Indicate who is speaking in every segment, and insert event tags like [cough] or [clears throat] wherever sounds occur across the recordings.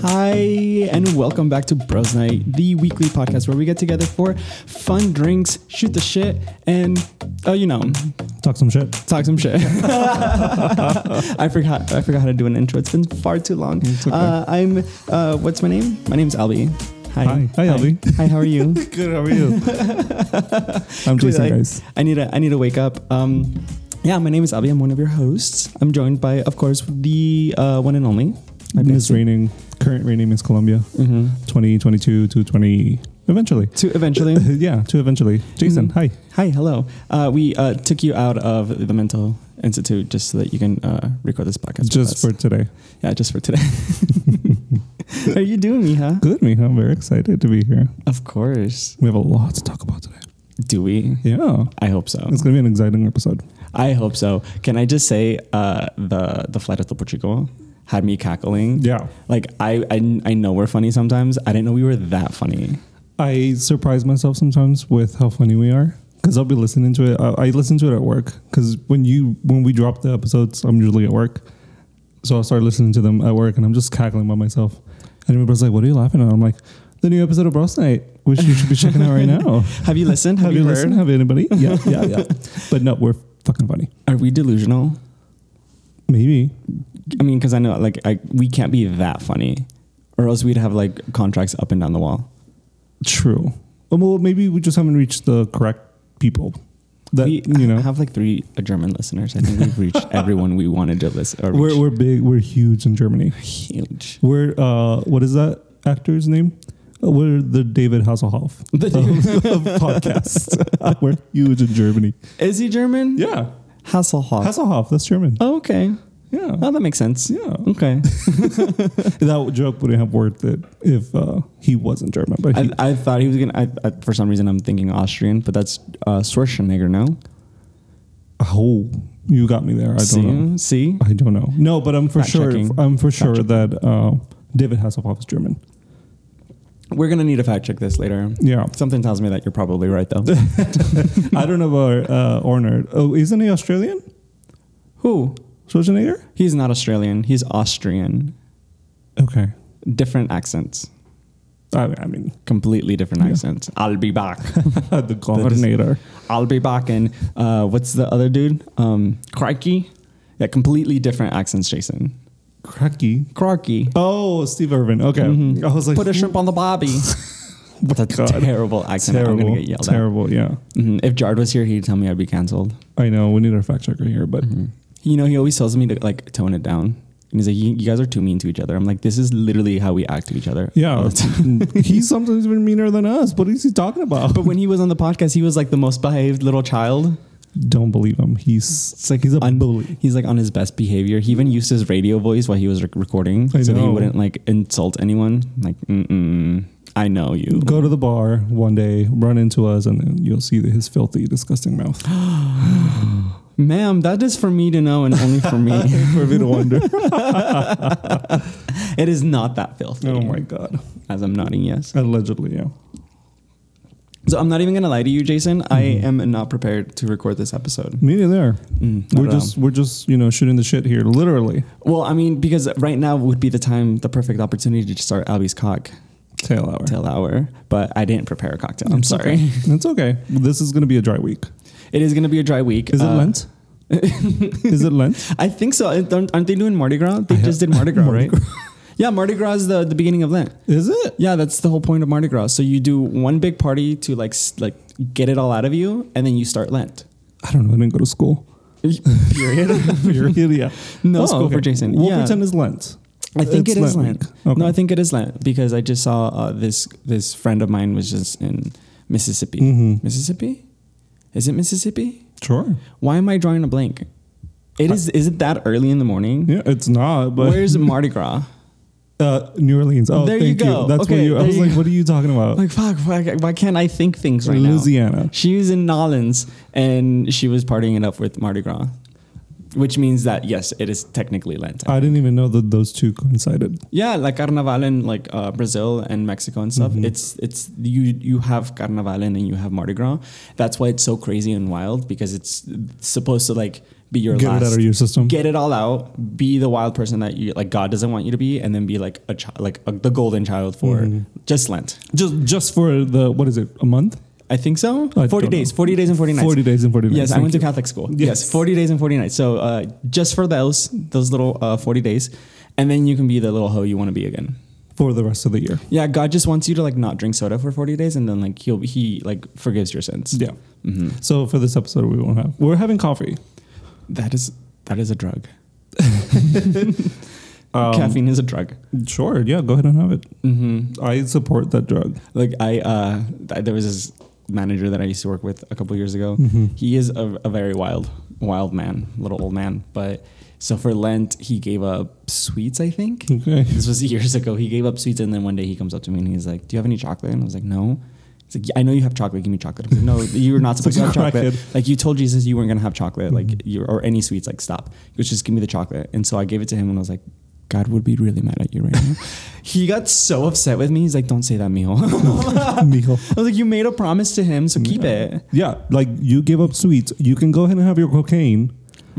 Speaker 1: Hi, and welcome back to Bros Night, the weekly podcast where we get together for fun drinks, shoot the shit, and, oh, you know,
Speaker 2: Talk some shit.
Speaker 1: talk some shit. [laughs] I forgot I forgot how to do an intro. It's been far too long.
Speaker 2: okay.
Speaker 1: Uh, I'm, uh, what's my name? My name's Albie. Hi.
Speaker 2: Hi. Hi, Albie.
Speaker 1: Hi, how are you?
Speaker 2: Good. How are [laughs] you? I'm
Speaker 1: Clearly,
Speaker 2: Jason,
Speaker 1: I-
Speaker 2: guys.
Speaker 1: I need to I need to wake up. Um, yeah, my name is Abby. I'm one of your hosts. I'm joined by, of course, the uh, one and only. my
Speaker 2: Miss
Speaker 1: bestie.
Speaker 2: reigning, current reigning Miss Columbia,
Speaker 1: Mhm.
Speaker 2: 2022 to 20, eventually.
Speaker 1: To eventually,
Speaker 2: yeah, to eventually. Jason,
Speaker 1: Mhm.
Speaker 2: hi.
Speaker 1: hi, hello. Uh, we uh, took you out of the mental institute just so that you can uh, record this podcast. with
Speaker 2: Just
Speaker 1: us.
Speaker 2: for today.
Speaker 1: yeah, just for today. [laughs] Are you doing me, huh?
Speaker 2: Good, Miha. I'm very excited to be here.
Speaker 1: Of course.
Speaker 2: We have a lot to talk about today.
Speaker 1: Do we?
Speaker 2: Yeah.
Speaker 1: I hope so.
Speaker 2: It's going to be an exciting episode.
Speaker 1: I hope so. Can I just say uh, the the flight of the Portugal had me cackling.
Speaker 2: Yeah.
Speaker 1: Like I, I I know we're funny sometimes. I didn't know we were that funny.
Speaker 2: I surprise myself sometimes with how funny we are because I'll be listening to it. I, I listen to it at work because when you when we drop the episodes, I'm usually at work, so I'll start listening to them at work, and I'm just cackling by myself. And everybody's like, "What are you laughing at?" I'm like, "The new episode of Bros Night, which you should be checking out right now."
Speaker 1: Have you listened?
Speaker 2: Have you listened? Have anybody? Yeah, yeah, yeah. but no, we're fucking funny.
Speaker 1: Are we delusional?
Speaker 2: Maybe
Speaker 1: I mean, because I know like I, we can't be that funny, or else we'd have like contracts up and down the wall.
Speaker 2: true. Um, Well, maybe we just haven't reached the correct people. That
Speaker 1: we
Speaker 2: you know,
Speaker 1: have like three uh, German listeners. I think we've [laughs] reached everyone we wanted to listen. Or
Speaker 2: we're
Speaker 1: reach.
Speaker 2: we're big, we're huge in Germany.
Speaker 1: huge.
Speaker 2: We're uh, what is that actor's name? Uh, We're the David Hasselhoff
Speaker 1: The
Speaker 2: of, of podcasts. We're huge in Germany.
Speaker 1: Is he German?
Speaker 2: Yeah,
Speaker 1: Hasselhoff.
Speaker 2: Hasselhoff. That's German.
Speaker 1: oh, okay.
Speaker 2: Yeah,
Speaker 1: Oh, that makes sense.
Speaker 2: yeah.
Speaker 1: [laughs] Okay.
Speaker 2: That joke wouldn't have worked it if uh, he wasn't German. But he,
Speaker 1: I, I thought he was gonna. I, I, for some reason, I'm thinking Austrian, but that's uh, Schwarzenegger. No,
Speaker 2: oh, you got me there. I don't
Speaker 1: see,
Speaker 2: know.
Speaker 1: see,
Speaker 2: I don't know. No, but I'm for
Speaker 1: Fact
Speaker 2: sure.
Speaker 1: checking.
Speaker 2: I'm for sure
Speaker 1: checking.
Speaker 2: that uh, David Hasselhoff is German.
Speaker 1: we're gonna need to fact check this later.
Speaker 2: Yeah,
Speaker 1: Something tells me that you're probably right [laughs] though.
Speaker 2: I don't know about uh, Ornard. Oh, isn't he Australian?
Speaker 1: Who?
Speaker 2: Schwarzenegger?
Speaker 1: He's not Australian. He's Austrian.
Speaker 2: Okay.
Speaker 1: Different accents.
Speaker 2: I, I mean, [laughs]
Speaker 1: Completely different
Speaker 2: Yeah.
Speaker 1: accents. I'll be back. [laughs]
Speaker 2: the governor.
Speaker 1: I'll be back. And uh, what's the other dude? Um, Crikey. Yeah, completely different accents, Jason.
Speaker 2: Cracky.
Speaker 1: Crikey.
Speaker 2: Oh, Steve Irvin. Okay.
Speaker 1: Mhm.
Speaker 2: I was like,
Speaker 1: Put a shrimp on the
Speaker 2: [laughs]
Speaker 1: bobby. That's a
Speaker 2: God.
Speaker 1: terrible accent. I'm
Speaker 2: terrible.
Speaker 1: gonna get yelled at.
Speaker 2: terrible. Yeah.
Speaker 1: Mhm. If Jared was here, he'd tell me I'd be canceled.
Speaker 2: I know. We need our fact checker here, but
Speaker 1: Mm-hmm. You know, he always tells me to like tone it down. And he's like, you, you guys are too mean to each other. I'm like, this is literally how we act to each other. all
Speaker 2: yeah.
Speaker 1: the time." [laughs]
Speaker 2: he's sometimes even meaner than us. What is he talking about?
Speaker 1: But when he was on the podcast, he was like the most behaved little child.
Speaker 2: Don't believe him. He's
Speaker 1: It's like
Speaker 2: he's a
Speaker 1: un-
Speaker 2: bully.
Speaker 1: He's like on his best behavior. He even used his radio voice while he was rec- recording,
Speaker 2: I
Speaker 1: so that he
Speaker 2: know.
Speaker 1: wouldn't like insult anyone. Like, mm-mm, I know you.
Speaker 2: Go to the bar one day, run into us, and then you'll see his filthy, disgusting mouth.
Speaker 1: Ma'am, that is for me to know and only [gasps] for me.
Speaker 2: For me to wonder.
Speaker 1: [laughs] it is not that filthy.
Speaker 2: [laughs] oh my god.
Speaker 1: As I'm nodding yes.
Speaker 2: Allegedly, yeah.
Speaker 1: So I'm not even gonna lie to you, Jason. I am not prepared to record this episode.
Speaker 2: Me neither.
Speaker 1: Mm-hmm. Mm, not
Speaker 2: We're
Speaker 1: at all.
Speaker 2: just we're just you know shooting the shit here, literally.
Speaker 1: Well, I mean, because right now would be the time, the perfect opportunity to start Albie's cock
Speaker 2: Tail hour.
Speaker 1: tail hour, but I didn't prepare a cocktail. I'm
Speaker 2: It's
Speaker 1: sorry.
Speaker 2: okay. It's okay. This is going to be a dry week.
Speaker 1: It is going to be a dry week.
Speaker 2: Is it
Speaker 1: Uh,
Speaker 2: Lent?
Speaker 1: [laughs]
Speaker 2: is it Lent?
Speaker 1: I think so. Aren't, aren't they doing Mardi Gras? They
Speaker 2: I
Speaker 1: just did
Speaker 2: have-
Speaker 1: Mardi Gras,
Speaker 2: [laughs] Mardi
Speaker 1: right? yeah, Mardi Gras is the, the beginning of Lent.
Speaker 2: Is it?
Speaker 1: Yeah, that's the whole point of Mardi Gras. So you do one big party to like s- like get it all out of you, and then you start Lent.
Speaker 2: I don't know. I didn't go to school.
Speaker 1: Period.
Speaker 2: [laughs] Period.
Speaker 1: [laughs]
Speaker 2: Yeah. Oh,
Speaker 1: No school for Jason.
Speaker 2: We'll
Speaker 1: Yeah.
Speaker 2: pretend it's Lent.
Speaker 1: I think
Speaker 2: It's
Speaker 1: it is
Speaker 2: Lent
Speaker 1: Lent.
Speaker 2: week. Okay.
Speaker 1: No, I think it is Lent because I just saw uh, this this friend of mine was just in Mississippi.
Speaker 2: Mhm.
Speaker 1: Mississippi? Is it Mississippi?
Speaker 2: Sure.
Speaker 1: Why am I drawing a blank? It is. Is it that early in the morning?
Speaker 2: Yeah, it's not. But
Speaker 1: Where's Mardi
Speaker 2: [laughs]
Speaker 1: Gras?
Speaker 2: uh, New Orleans? Oh,
Speaker 1: There you
Speaker 2: thank you.
Speaker 1: go.
Speaker 2: That's
Speaker 1: Okay,
Speaker 2: what you. I
Speaker 1: there
Speaker 2: was
Speaker 1: you
Speaker 2: like,
Speaker 1: go.
Speaker 2: what are you talking
Speaker 1: [laughs]
Speaker 2: about?
Speaker 1: Like fuck, why, why can't I think things right now?
Speaker 2: Louisiana.
Speaker 1: She was in Nolens and she was partying it up with Mardi Gras, which means that yes, it is technically Lent.
Speaker 2: I didn't even know that those two coincided.
Speaker 1: yeah, like Carnaval in like uh, Brazil and Mexico and stuff.
Speaker 2: Mm-hmm.
Speaker 1: It's it's you you have Carnaval and then you have Mardi Gras. That's why it's so crazy and wild because it's supposed to like be your
Speaker 2: Get it
Speaker 1: last
Speaker 2: out of your system.
Speaker 1: get it all out be the wild person that you like god doesn't want you to be and then be like a child like a, the golden child for
Speaker 2: Mm-hmm.
Speaker 1: just lent
Speaker 2: just just for the what is it? A month?
Speaker 1: i think so 40
Speaker 2: I don't know.
Speaker 1: days 40 days and 40 nights
Speaker 2: 40 days and 40 nights.
Speaker 1: yes i
Speaker 2: Thank
Speaker 1: went to
Speaker 2: you.
Speaker 1: catholic school yes,
Speaker 2: Yes.
Speaker 1: 40 days and 40 nights so uh, just for those those little uh, 40 days and then you can be the little hoe you want to be again
Speaker 2: for the rest of the year.
Speaker 1: yeah god just wants you to like not drink soda for 40 days and then like he'll he like forgives your sins Mm-hmm.
Speaker 2: Yeah. So for this episode, we won't have. We're having coffee.
Speaker 1: that is that is a drug
Speaker 2: [laughs]
Speaker 1: [laughs]
Speaker 2: Um,
Speaker 1: caffeine is a drug
Speaker 2: Sure. Yeah. Go ahead and have it. Mm-hmm. I support that drug.
Speaker 1: Like I, uh, th- there was this manager that I used to work with a couple years ago.
Speaker 2: Mm-hmm.
Speaker 1: He is a, a very wild, wild man, little old man. But so for Lent, he gave up sweets. I think
Speaker 2: Okay.
Speaker 1: this was years ago. He gave up sweets, and then one day he comes up to me and he's like, "Do you have any chocolate?" And I was like, "No." He's like, "I know you have chocolate. Give me chocolate." I was like, "No, you
Speaker 2: [laughs]
Speaker 1: were not supposed to have
Speaker 2: like Mm-hmm. a
Speaker 1: chocolate.
Speaker 2: crackhead.
Speaker 1: Like you told Jesus you weren't gonna have chocolate, like you or any sweets. Like stop. He goes, "Just give me the chocolate." And so I gave it to him, and I was like. God would be really mad at you right
Speaker 2: [laughs]
Speaker 1: now. he got so upset with me. He's like, "Don't say that, mijo." [laughs]
Speaker 2: [laughs] Mijo.
Speaker 1: I was like, you made a promise to him, so keep it.
Speaker 2: Yeah. Like you give up sweets. You can go ahead and have your cocaine.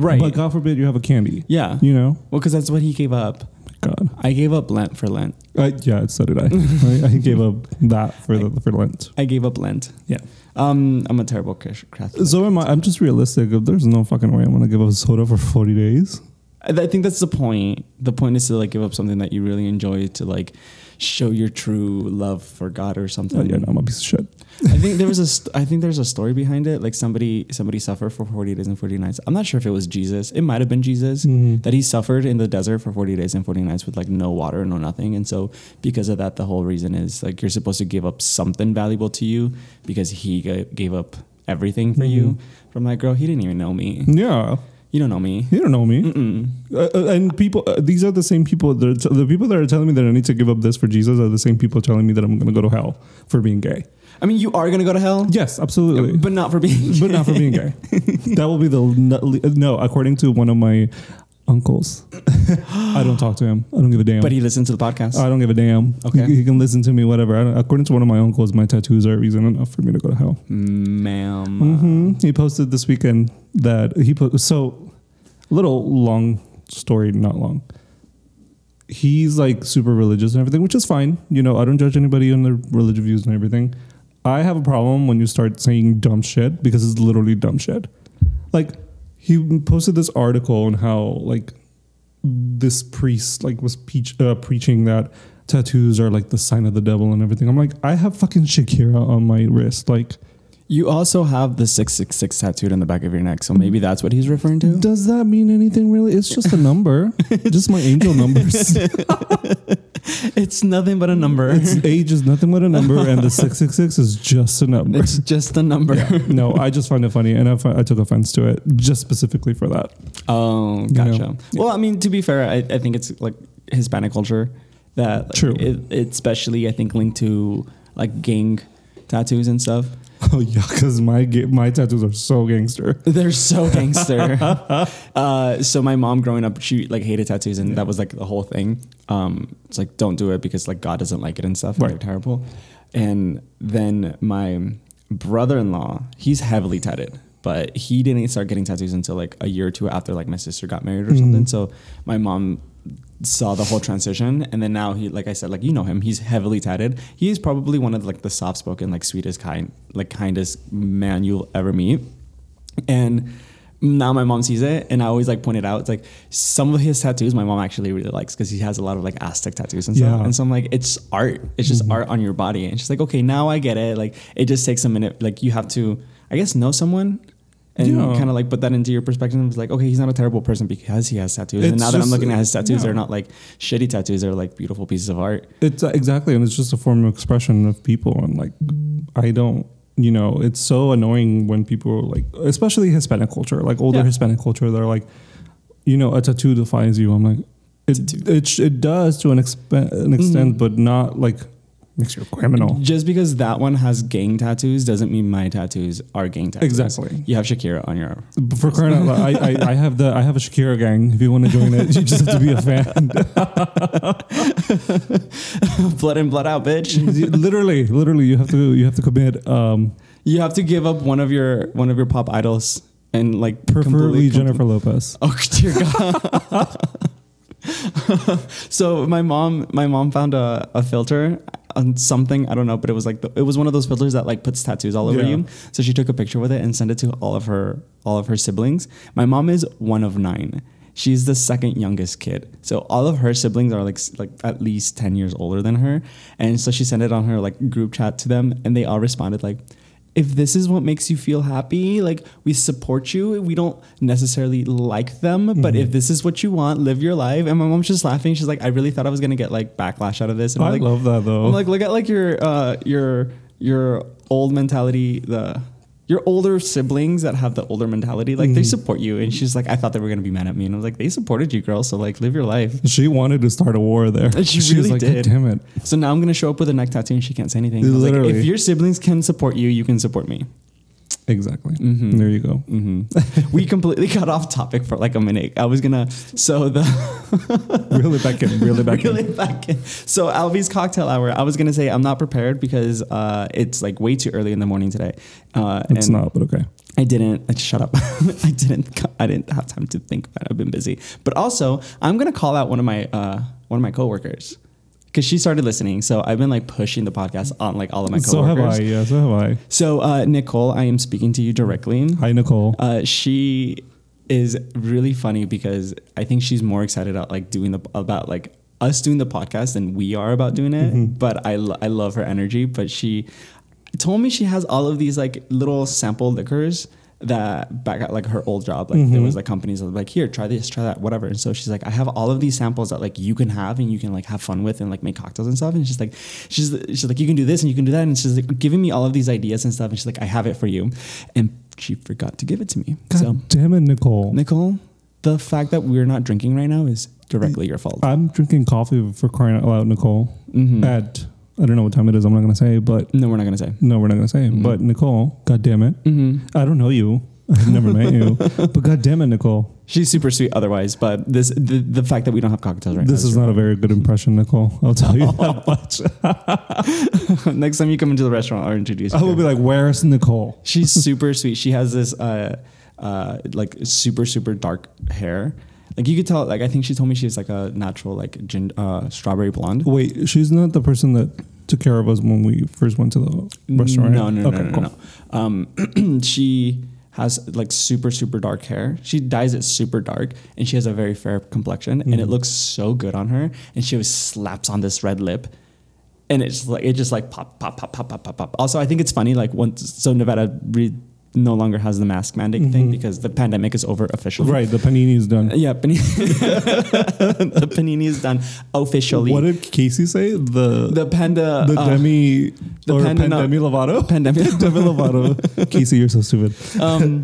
Speaker 1: Right.
Speaker 2: But God forbid you have a candy.
Speaker 1: Yeah.
Speaker 2: You know.
Speaker 1: Well, because that's what he gave up.
Speaker 2: God.
Speaker 1: I gave up Lent for Lent.
Speaker 2: I, yeah. So did I. [laughs] I. I gave up that for the, for Lent.
Speaker 1: I gave up Lent.
Speaker 2: Yeah.
Speaker 1: Um, I'm a terrible Chris- Catholic.
Speaker 2: So am I. I'm just realistic. There's no fucking way I'm gonna give up soda for 40 days.
Speaker 1: I I think that's the point. The point is to like give up something that you really enjoy to like show your true love for God or something.
Speaker 2: Oh, yeah. No, I'm a piece of shit.
Speaker 1: I think there was a st- I think there's a story behind it. Like somebody somebody suffered for 40 days and 40 nights. I'm not sure if it was Jesus. It might have been Jesus that he suffered in the desert for 40 days and 40 nights with like no water, no nothing. And so because of that the whole reason is like you're supposed to give up something valuable to you because he g- gave up everything for you. From that girl, he didn't even know me.
Speaker 2: Yeah.
Speaker 1: You don't know me.
Speaker 2: You don't know me. Uh, uh, and people, uh, these are the same people. That are t- the people that are telling me that I need to give up this for Jesus are the same people telling me that I'm going to go to hell for being gay.
Speaker 1: I mean, you are going to go to hell,
Speaker 2: Yes, absolutely.
Speaker 1: but not for being [laughs]
Speaker 2: [laughs] but not for being gay. that will be the n- no. According to one of my uncles, I don't talk to him. I don't give a damn.
Speaker 1: But he listens to the podcast.
Speaker 2: I don't give a damn.
Speaker 1: Okay.
Speaker 2: he, he can listen to me, whatever. I don't, according to one of my uncles, my tattoos are reason enough for me to go to hell.
Speaker 1: Ma'am.
Speaker 2: hmm He posted this weekend that he put so little long story, not long. He's like super religious and everything, which is fine. You know, I don't judge anybody on their religious views and everything. I have a problem when you start saying dumb shit because it's literally dumb shit. Like he posted this article on how like this priest like was peach, uh, preaching that tattoos are like the sign of the devil and everything. I'm like, I have fucking Shakira on my wrist, like.
Speaker 1: You also have the 666 tattooed on the back of your neck, so maybe that's what he's referring to.
Speaker 2: Does that mean anything really? It's just a [laughs] number. just my angel [laughs] numbers.
Speaker 1: [laughs] It's nothing but a number.
Speaker 2: It's, age is nothing but a [laughs] number, and the 666 is just a [laughs] number.
Speaker 1: It's just a [laughs] number.
Speaker 2: no, I just find it funny, and I, fi- I took offense to it just specifically for that.
Speaker 1: Oh,
Speaker 2: You
Speaker 1: gotcha.
Speaker 2: know.
Speaker 1: Well, I mean, to be fair, I, I think it's like Hispanic culture that like,
Speaker 2: True.
Speaker 1: It, it's especially I think linked to like gang tattoos and stuff.
Speaker 2: Oh, yeah, because my, ga- my tattoos are so gangster.
Speaker 1: [laughs] They're so gangster. [laughs] uh, so my mom growing up, she like hated tattoos, and that was like the whole thing. Um, it's like don't do it because like God doesn't like it and stuff. and
Speaker 2: Right.
Speaker 1: they're terrible. And then my brother-in-law, he's heavily tatted, but he didn't start getting tattoos until like a year or two after like my sister got married or something. So my mom saw the whole transition and then now he like I said like you know him he's heavily tatted he is probably one of like the soft spoken like sweetest kind like kindest man you'll ever meet and now my mom sees it and I always like point it out it's like some of his tattoos my mom actually really likes because he has a lot of like Aztec tattoos and stuff
Speaker 2: Yeah.
Speaker 1: and so I'm like it's art it's just art on your body and she's like okay now I get it like it just takes a minute like you have to I guess know someone and
Speaker 2: Yeah.
Speaker 1: kind of like put that into your perspective it's like okay he's not a terrible person because he has tattoos and
Speaker 2: It's
Speaker 1: now that I'm
Speaker 2: just-
Speaker 1: looking at his tattoos
Speaker 2: yeah.
Speaker 1: they're not like shitty tattoos they're like beautiful pieces of art
Speaker 2: It's uh, exactly, and it's just a form of expression of people. And like, I don't, you know, it's so annoying when people like, especially Hispanic culture, like older
Speaker 1: Yeah.
Speaker 2: Hispanic culture, they're like, you know, a tattoo defines you. I'm like, it
Speaker 1: Tattoo. Mm.
Speaker 2: it, sh- it does to an, exp- an extent, but not like makes you a criminal.
Speaker 1: just because that one has gang tattoos doesn't mean my tattoos are gang tattoos
Speaker 2: Exactly.
Speaker 1: you have Shakira on your arm [laughs]
Speaker 2: But For crying out loud, I, I, I have the I have a Shakira gang. If you want to join it, you just have to be a
Speaker 1: [laughs]
Speaker 2: fan. [laughs]
Speaker 1: blood in blood out bitch
Speaker 2: literally, literally, you have to you have to commit. Um,
Speaker 1: You have to give up one of your one of your pop idols and like completely-
Speaker 2: Preferably Jennifer Lopez.
Speaker 1: Oh dear [laughs] God. [laughs] so my mom, my mom found a, a filter on something I don't know, but it was like the, it was one of those filters that like puts tattoos all over
Speaker 2: Yeah.
Speaker 1: you. So she took a picture with it and sent it to all of her all of her siblings. My mom is one of nine. She's the second youngest kid. So all of her siblings are like s- like at least ten years older than her, and so she sent it on her like group chat to them, and they all responded like if this is what makes you feel happy, like we support you. We don't necessarily like them, but
Speaker 2: Mm-hmm.
Speaker 1: if this is what you want, live your life. And my mom's just laughing. She's like, I really thought I was gonna get like backlash out of this. And
Speaker 2: I
Speaker 1: I'm like,
Speaker 2: love that though.
Speaker 1: I'm like, look at like your uh, your your old mentality. The your older siblings that have the older mentality, like
Speaker 2: Mm-hmm.
Speaker 1: they support you. And she's like, I thought they were gonna be mad at me, and I was like, they supported you, girl. So like, live your life.
Speaker 2: she wanted to start a war there.
Speaker 1: And she
Speaker 2: was
Speaker 1: really
Speaker 2: like,
Speaker 1: did.
Speaker 2: God damn it.
Speaker 1: So now I'm gonna show up with a neck tattoo, and she can't say anything. I was like,
Speaker 2: Literally.
Speaker 1: if your siblings can support you, you can support me.
Speaker 2: Exactly. There you go.
Speaker 1: hmm we completely [laughs] got off topic for like a minute. I was gonna so the Mm-hmm.
Speaker 2: Reel it back in. Reel
Speaker 1: [laughs]
Speaker 2: it back
Speaker 1: really
Speaker 2: in.
Speaker 1: back in. So Alvy's cocktail hour. I was gonna say I'm not prepared because uh, it's like way too early in the morning today. Uh,
Speaker 2: It's
Speaker 1: and
Speaker 2: not, but okay.
Speaker 1: I didn't. I, shut up. [laughs] I didn't. I didn't have time to think about. it. I've been busy. But also, I'm gonna call out one of my uh, one of my coworkers because she started listening. So I've been like pushing the podcast on like all of my
Speaker 2: So
Speaker 1: coworkers.
Speaker 2: have I. Yeah, so have
Speaker 1: So uh, Nicole, I am speaking to you directly.
Speaker 2: I. Hi, Nicole.
Speaker 1: Uh, she is really funny because I think she's more excited about like doing the about like us doing the podcast than we are about doing it. But I lo- I love her energy. But she told me she has all of these like little sample liquors that back at like her old job like there was like companies that were like here try this try that whatever and so she's like i have all of these samples that like you can have and you can like have fun with and like make cocktails and stuff and she's like she's she's like you can do this and you can do that and she's like giving me all of these ideas and stuff and she's like i have it for you and she forgot to give it to me
Speaker 2: God
Speaker 1: so
Speaker 2: damn it, Nicole.
Speaker 1: nicole the fact that we're not drinking right now is directly your fault
Speaker 2: I'm drinking coffee for crying out loud, Nicole.
Speaker 1: Mhm.
Speaker 2: At I don't know what time it is. I'm not gonna say, but
Speaker 1: no we're not gonna say
Speaker 2: no, we're not gonna say.
Speaker 1: Hmm.
Speaker 2: But Nicole, god damn it,
Speaker 1: Mm-hmm.
Speaker 2: I don't know you. I've never
Speaker 1: [laughs]
Speaker 2: met you, but god damn it, Nicole,
Speaker 1: she's super sweet otherwise but this the, the fact that we don't have cocktails right
Speaker 2: this
Speaker 1: now
Speaker 2: is not a very good impression, Nicole. I'll
Speaker 1: [laughs]
Speaker 2: tell you that much.
Speaker 1: next time you come into the restaurant i'll introduce you
Speaker 2: I
Speaker 1: to
Speaker 2: will
Speaker 1: her.
Speaker 2: be like, where's Nicole?
Speaker 1: She's super sweet. She has this uh, uh, like super super dark hair. Like you could tell. Like I think she told me she's like a natural like gin, uh, strawberry blonde.
Speaker 2: Wait, she's not the person that took care of us when we first went to the restaurant.
Speaker 1: No, no, no, no,
Speaker 2: Okay,
Speaker 1: no.
Speaker 2: cool.
Speaker 1: no. Um, [clears throat] she has like super super dark hair. She dyes it super dark, and she has a very fair complexion, and it
Speaker 2: Mm-hmm.
Speaker 1: looks so good on her. And she always slaps on this red lip. And it's like it just like pop pop pop pop pop pop pop. Also, I think it's funny like once so Nevada re- no longer has the mask mandate thing because the pandemic is over officially.
Speaker 2: Mm-hmm. Right, the panini is done.
Speaker 1: Yeah, panini. [laughs] the panini is done officially.
Speaker 2: What did Casey say? The
Speaker 1: the panda?
Speaker 2: the,
Speaker 1: uh,
Speaker 2: Demi
Speaker 1: the
Speaker 2: or
Speaker 1: Panda-
Speaker 2: Pandemi Lovato.
Speaker 1: pandemic.
Speaker 2: [laughs] Demi
Speaker 1: [laughs]
Speaker 2: Lovato. [laughs] Casey, you're so stupid.
Speaker 1: um,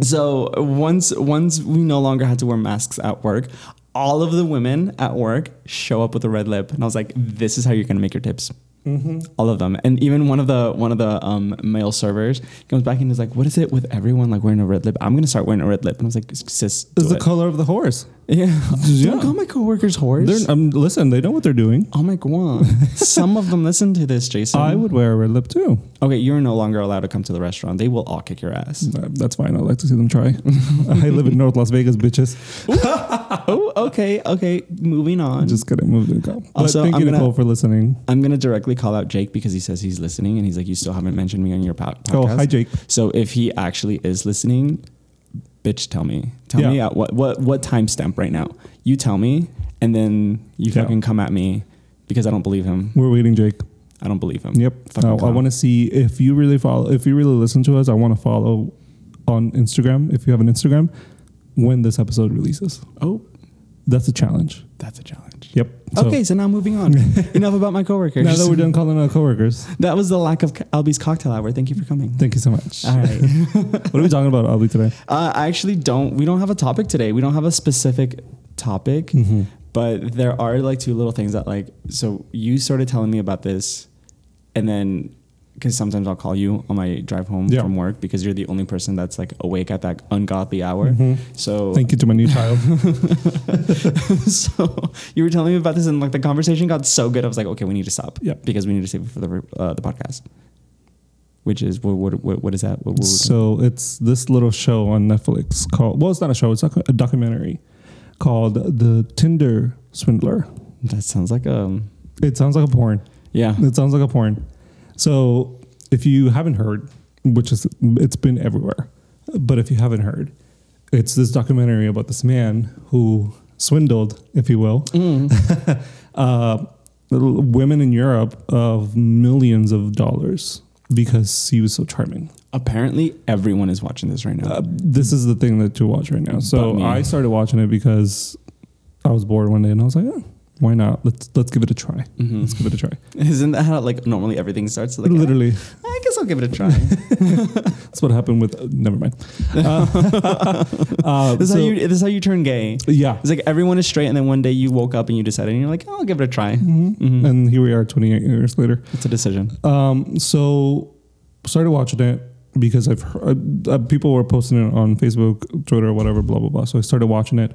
Speaker 1: so once once we no longer had to wear masks at work, all of the women at work show up with a red lip, and I was like, "This is how you're gonna make your tips." All of them, and even one of the one of the um, male servers comes back and is like, "What is it with everyone like wearing a red lip? I'm gonna start wearing a red lip." And I was like, "Sis, do
Speaker 2: It's the
Speaker 1: it."
Speaker 2: color of the horse.
Speaker 1: [laughs] yeah, [laughs]
Speaker 2: Yeah.
Speaker 1: don't call my coworkers whores."
Speaker 2: They're, um, listen, they know what they're doing.
Speaker 1: Oh my god! [laughs] Some of them listen to this, Jason.
Speaker 2: I would wear a red lip too.
Speaker 1: okay, you're no longer allowed to come to the restaurant. They will all kick your ass.
Speaker 2: Uh, That's fine. I'd like to see them try. I live in North Las Vegas, bitches.
Speaker 1: [laughs] oh, okay, okay. Moving on.
Speaker 2: Just kidding. Move to go. But
Speaker 1: Also,
Speaker 2: thank
Speaker 1: I'm
Speaker 2: you,
Speaker 1: gonna-
Speaker 2: Nicole, for listening.
Speaker 1: I'm gonna directly call out Jake because he says he's listening, and he's like, "You still haven't mentioned me on your po- podcast."
Speaker 2: Oh, hi, Jake.
Speaker 1: So if he actually is listening, bitch, tell me. Tell
Speaker 2: Yeah.
Speaker 1: me at what what what timestamp right now. You tell me, and then you
Speaker 2: Yeah.
Speaker 1: fucking come at me because I don't believe him.
Speaker 2: We're waiting, Jake.
Speaker 1: I don't believe him.
Speaker 2: Yep.
Speaker 1: Fucking
Speaker 2: Uh, I
Speaker 1: clown.
Speaker 2: want to see if you really follow, if you really listen to us. I want to follow on Instagram. If you have an Instagram, when this episode releases,
Speaker 1: Oh,
Speaker 2: that's a challenge.
Speaker 1: that's a challenge.
Speaker 2: Yep. So,
Speaker 1: okay, so now moving on.
Speaker 2: [laughs]
Speaker 1: Enough about my coworkers.
Speaker 2: Now that we're done calling our coworkers,
Speaker 1: That was the lack of Albie's cocktail hour. Thank you for
Speaker 2: [laughs]
Speaker 1: coming.
Speaker 2: thank you so much.
Speaker 1: All right.
Speaker 2: what are we talking about, Ali, today?
Speaker 1: Uh, I actually don't. We don't have a topic today. We don't have a specific topic, Mm-hmm. but there are like two little things that like. So you started telling me about this, and then because sometimes I'll call you on my drive home
Speaker 2: Yeah.
Speaker 1: from work because you're the only person that's like awake at that ungodly hour. So
Speaker 2: Mm-hmm. Thank you to my
Speaker 1: [laughs]
Speaker 2: new child.
Speaker 1: so you were telling me about this, and like the conversation got so good, I was like, okay, we need to stop.
Speaker 2: Yeah.
Speaker 1: because we need to save it for the uh, the podcast. which is what what what, what is that? What, what,
Speaker 2: So it's this little show on Netflix called, well, it's not a show, it's like a documentary called The Tinder Swindler.
Speaker 1: that sounds like um
Speaker 2: It sounds like a porn.
Speaker 1: yeah
Speaker 2: It sounds like a porn. So if you haven't heard, which is it's been everywhere, but if you haven't heard, it's this documentary about this man who swindled, if you will, [laughs] uh, little women in Europe of millions of dollars because he was so charming.
Speaker 1: apparently everyone is watching this right now.
Speaker 2: Uh, this is the thing that you watch right now.
Speaker 1: But
Speaker 2: So
Speaker 1: me.
Speaker 2: I started watching it because I was bored one day and I was like, "Oh, why not? Let's let's give it a try.
Speaker 1: Mhm.
Speaker 2: Let's give it a try.
Speaker 1: Isn't that how like normally everything starts? Like,
Speaker 2: Literally.
Speaker 1: I, I guess I'll give it a try.
Speaker 2: That's what happened with. Uh, never
Speaker 1: [laughs]
Speaker 2: mind. Uh, [laughs] uh,
Speaker 1: this is
Speaker 2: so-
Speaker 1: how you this is how you turn gay.
Speaker 2: Yeah.
Speaker 1: It's like everyone is straight, and then one day you woke up and you decided, and you're like, I'll give it a try. Mhm.
Speaker 2: And here we are, 28 years later.
Speaker 1: It's a decision.
Speaker 2: Um, so started watching it because I've heard, uh, people were posting it on Facebook, Twitter, whatever, blah blah blah. So I started watching it.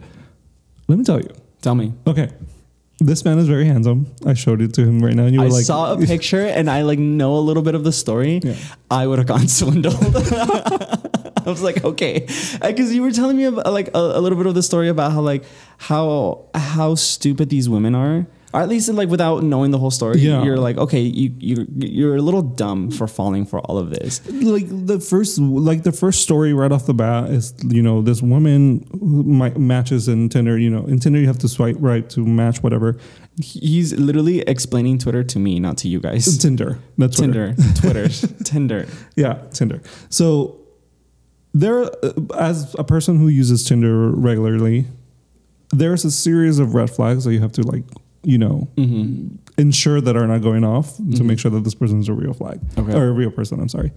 Speaker 2: Let me tell you.
Speaker 1: Tell me.
Speaker 2: Okay, this man is very handsome. I showed it to him right now, and you were
Speaker 1: I
Speaker 2: like,
Speaker 1: saw a picture, and I like know a little bit of the story.
Speaker 2: [laughs] Yeah.
Speaker 1: I would have gone [laughs] swindled. I was like, okay, because you were telling me about, like a, a little bit of the story about how like how how stupid these women are, or at least like without knowing the whole story,
Speaker 2: Yeah.
Speaker 1: you're like, okay, you you you're a little dumb for falling for all of this.
Speaker 2: like the first like the first story right off the bat is you know this woman who mi- matches in Tinder. You know, in Tinder you have to swipe right to match whatever.
Speaker 1: He's literally explaining Twitter to me, not to you
Speaker 2: [laughs]
Speaker 1: guys.
Speaker 2: Tinder, that's Tinder.
Speaker 1: Tinder,
Speaker 2: [laughs]
Speaker 1: Twitter, Tinder.
Speaker 2: Yeah, Tinder. So there, uh, as a person who uses Tinder regularly, there's a series of red flags that you have to like, you know, Mm-hmm. ensure that are not going off to make sure that this person is a real flag
Speaker 1: Okay.
Speaker 2: or a real person. I'm sorry.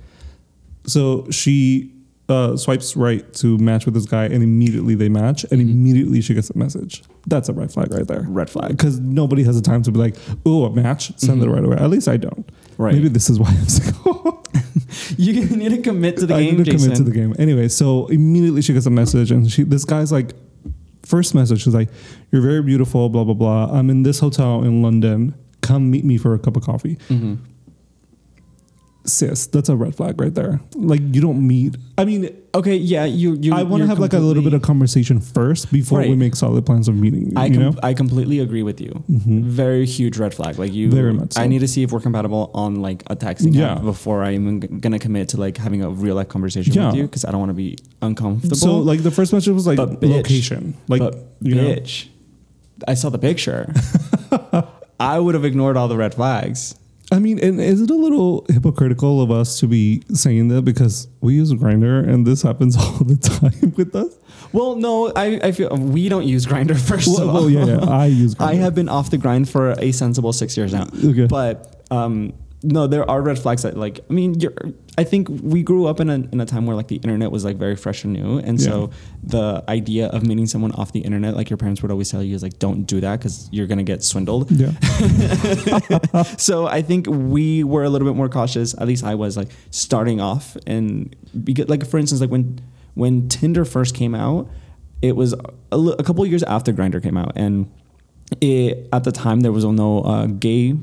Speaker 2: So she uh, swipes right to match with this guy, and immediately they match, and immediately she gets a message. That's a red flag right there.
Speaker 1: Mm-hmm. Red flag. Mm-hmm.
Speaker 2: Because nobody has the time to be like, oh, a match, send it right away. At least I don't.
Speaker 1: Right.
Speaker 2: Maybe this is why I'm single. [laughs]
Speaker 1: You [laughs] need to commit to the
Speaker 2: I
Speaker 1: game,
Speaker 2: didn't
Speaker 1: Jason.
Speaker 2: commit to the game. Anyway, so immediately she gets a message, and she this guy's like, first message, she's like, "You're very beautiful, blah blah blah. I'm in this hotel in London. Come meet me for a cup of coffee."
Speaker 1: Mm-hmm.
Speaker 2: Sis, that's a red flag right there. Like you don't meet. I mean,
Speaker 1: Okay, yeah, you. you
Speaker 2: I want to
Speaker 1: you're
Speaker 2: have like a little bit
Speaker 1: completely-
Speaker 2: of conversation first before we
Speaker 1: Right.
Speaker 2: make solid plans of meeting.
Speaker 1: I
Speaker 2: you
Speaker 1: com-
Speaker 2: know, Mm-hmm.
Speaker 1: I completely agree with you. Very huge red flag. Like you,
Speaker 2: Very much so.
Speaker 1: I need to see if we're compatible on like a texting
Speaker 2: Yeah.
Speaker 1: app before I'm g- gonna commit to like having a real life conversation
Speaker 2: Yeah.
Speaker 1: with you because I don't want to be uncomfortable.
Speaker 2: so like the first message was like
Speaker 1: But bitch.
Speaker 2: location, like
Speaker 1: but
Speaker 2: you know.
Speaker 1: bitch, I saw the picture. [laughs] I would have ignored all the red flags.
Speaker 2: I mean, and is it a little hypocritical of us to be saying that because we use Grinder and this happens [laughs] all the time with us?
Speaker 1: Well, no, I, I feel we don't use Grinder [laughs] first
Speaker 2: Well,
Speaker 1: of all.
Speaker 2: well,
Speaker 1: [laughs]
Speaker 2: yeah, yeah, I use Grindr.
Speaker 1: I have been off the grind for a sensible six years now.
Speaker 2: Okay.
Speaker 1: But um, no, there are red flags that, like, I mean, you're, I think we grew up in a, in a time where, like, the internet was, like, very fresh and new. And so the idea of meeting someone off the internet, like, your parents would always tell you, is like, don't do that because you're going to get swindled.
Speaker 2: Yeah.
Speaker 1: [laughs] So I think we were a little bit more cautious. At least I was like starting off and because, like for instance, like when when Tinder first came out, it was a, li- a couple of years after Grinder came out, and it at the time there was no uh, gay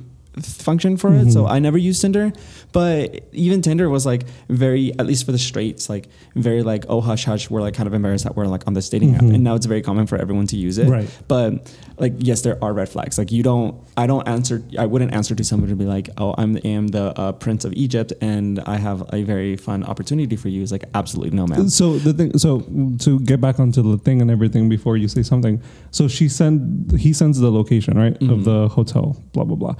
Speaker 1: function for it, so I never used Tinder. But even Tinder was like very, at least for the straights, like very like oh hush hush, we're like kind of embarrassed that we're like on this dating app, and now it's very common for everyone to use it
Speaker 2: Right.
Speaker 1: but like yes there are red flags like you don't i don't answer i wouldn't answer to somebody to be like oh i'm am the uh, prince of egypt and i have a very fun opportunity for you it's like absolutely no man
Speaker 2: So the thing, so to get back onto the thing and everything before you say something. So she sent, he sends the location right
Speaker 1: Mm-hmm.
Speaker 2: of the hotel, blah blah blah.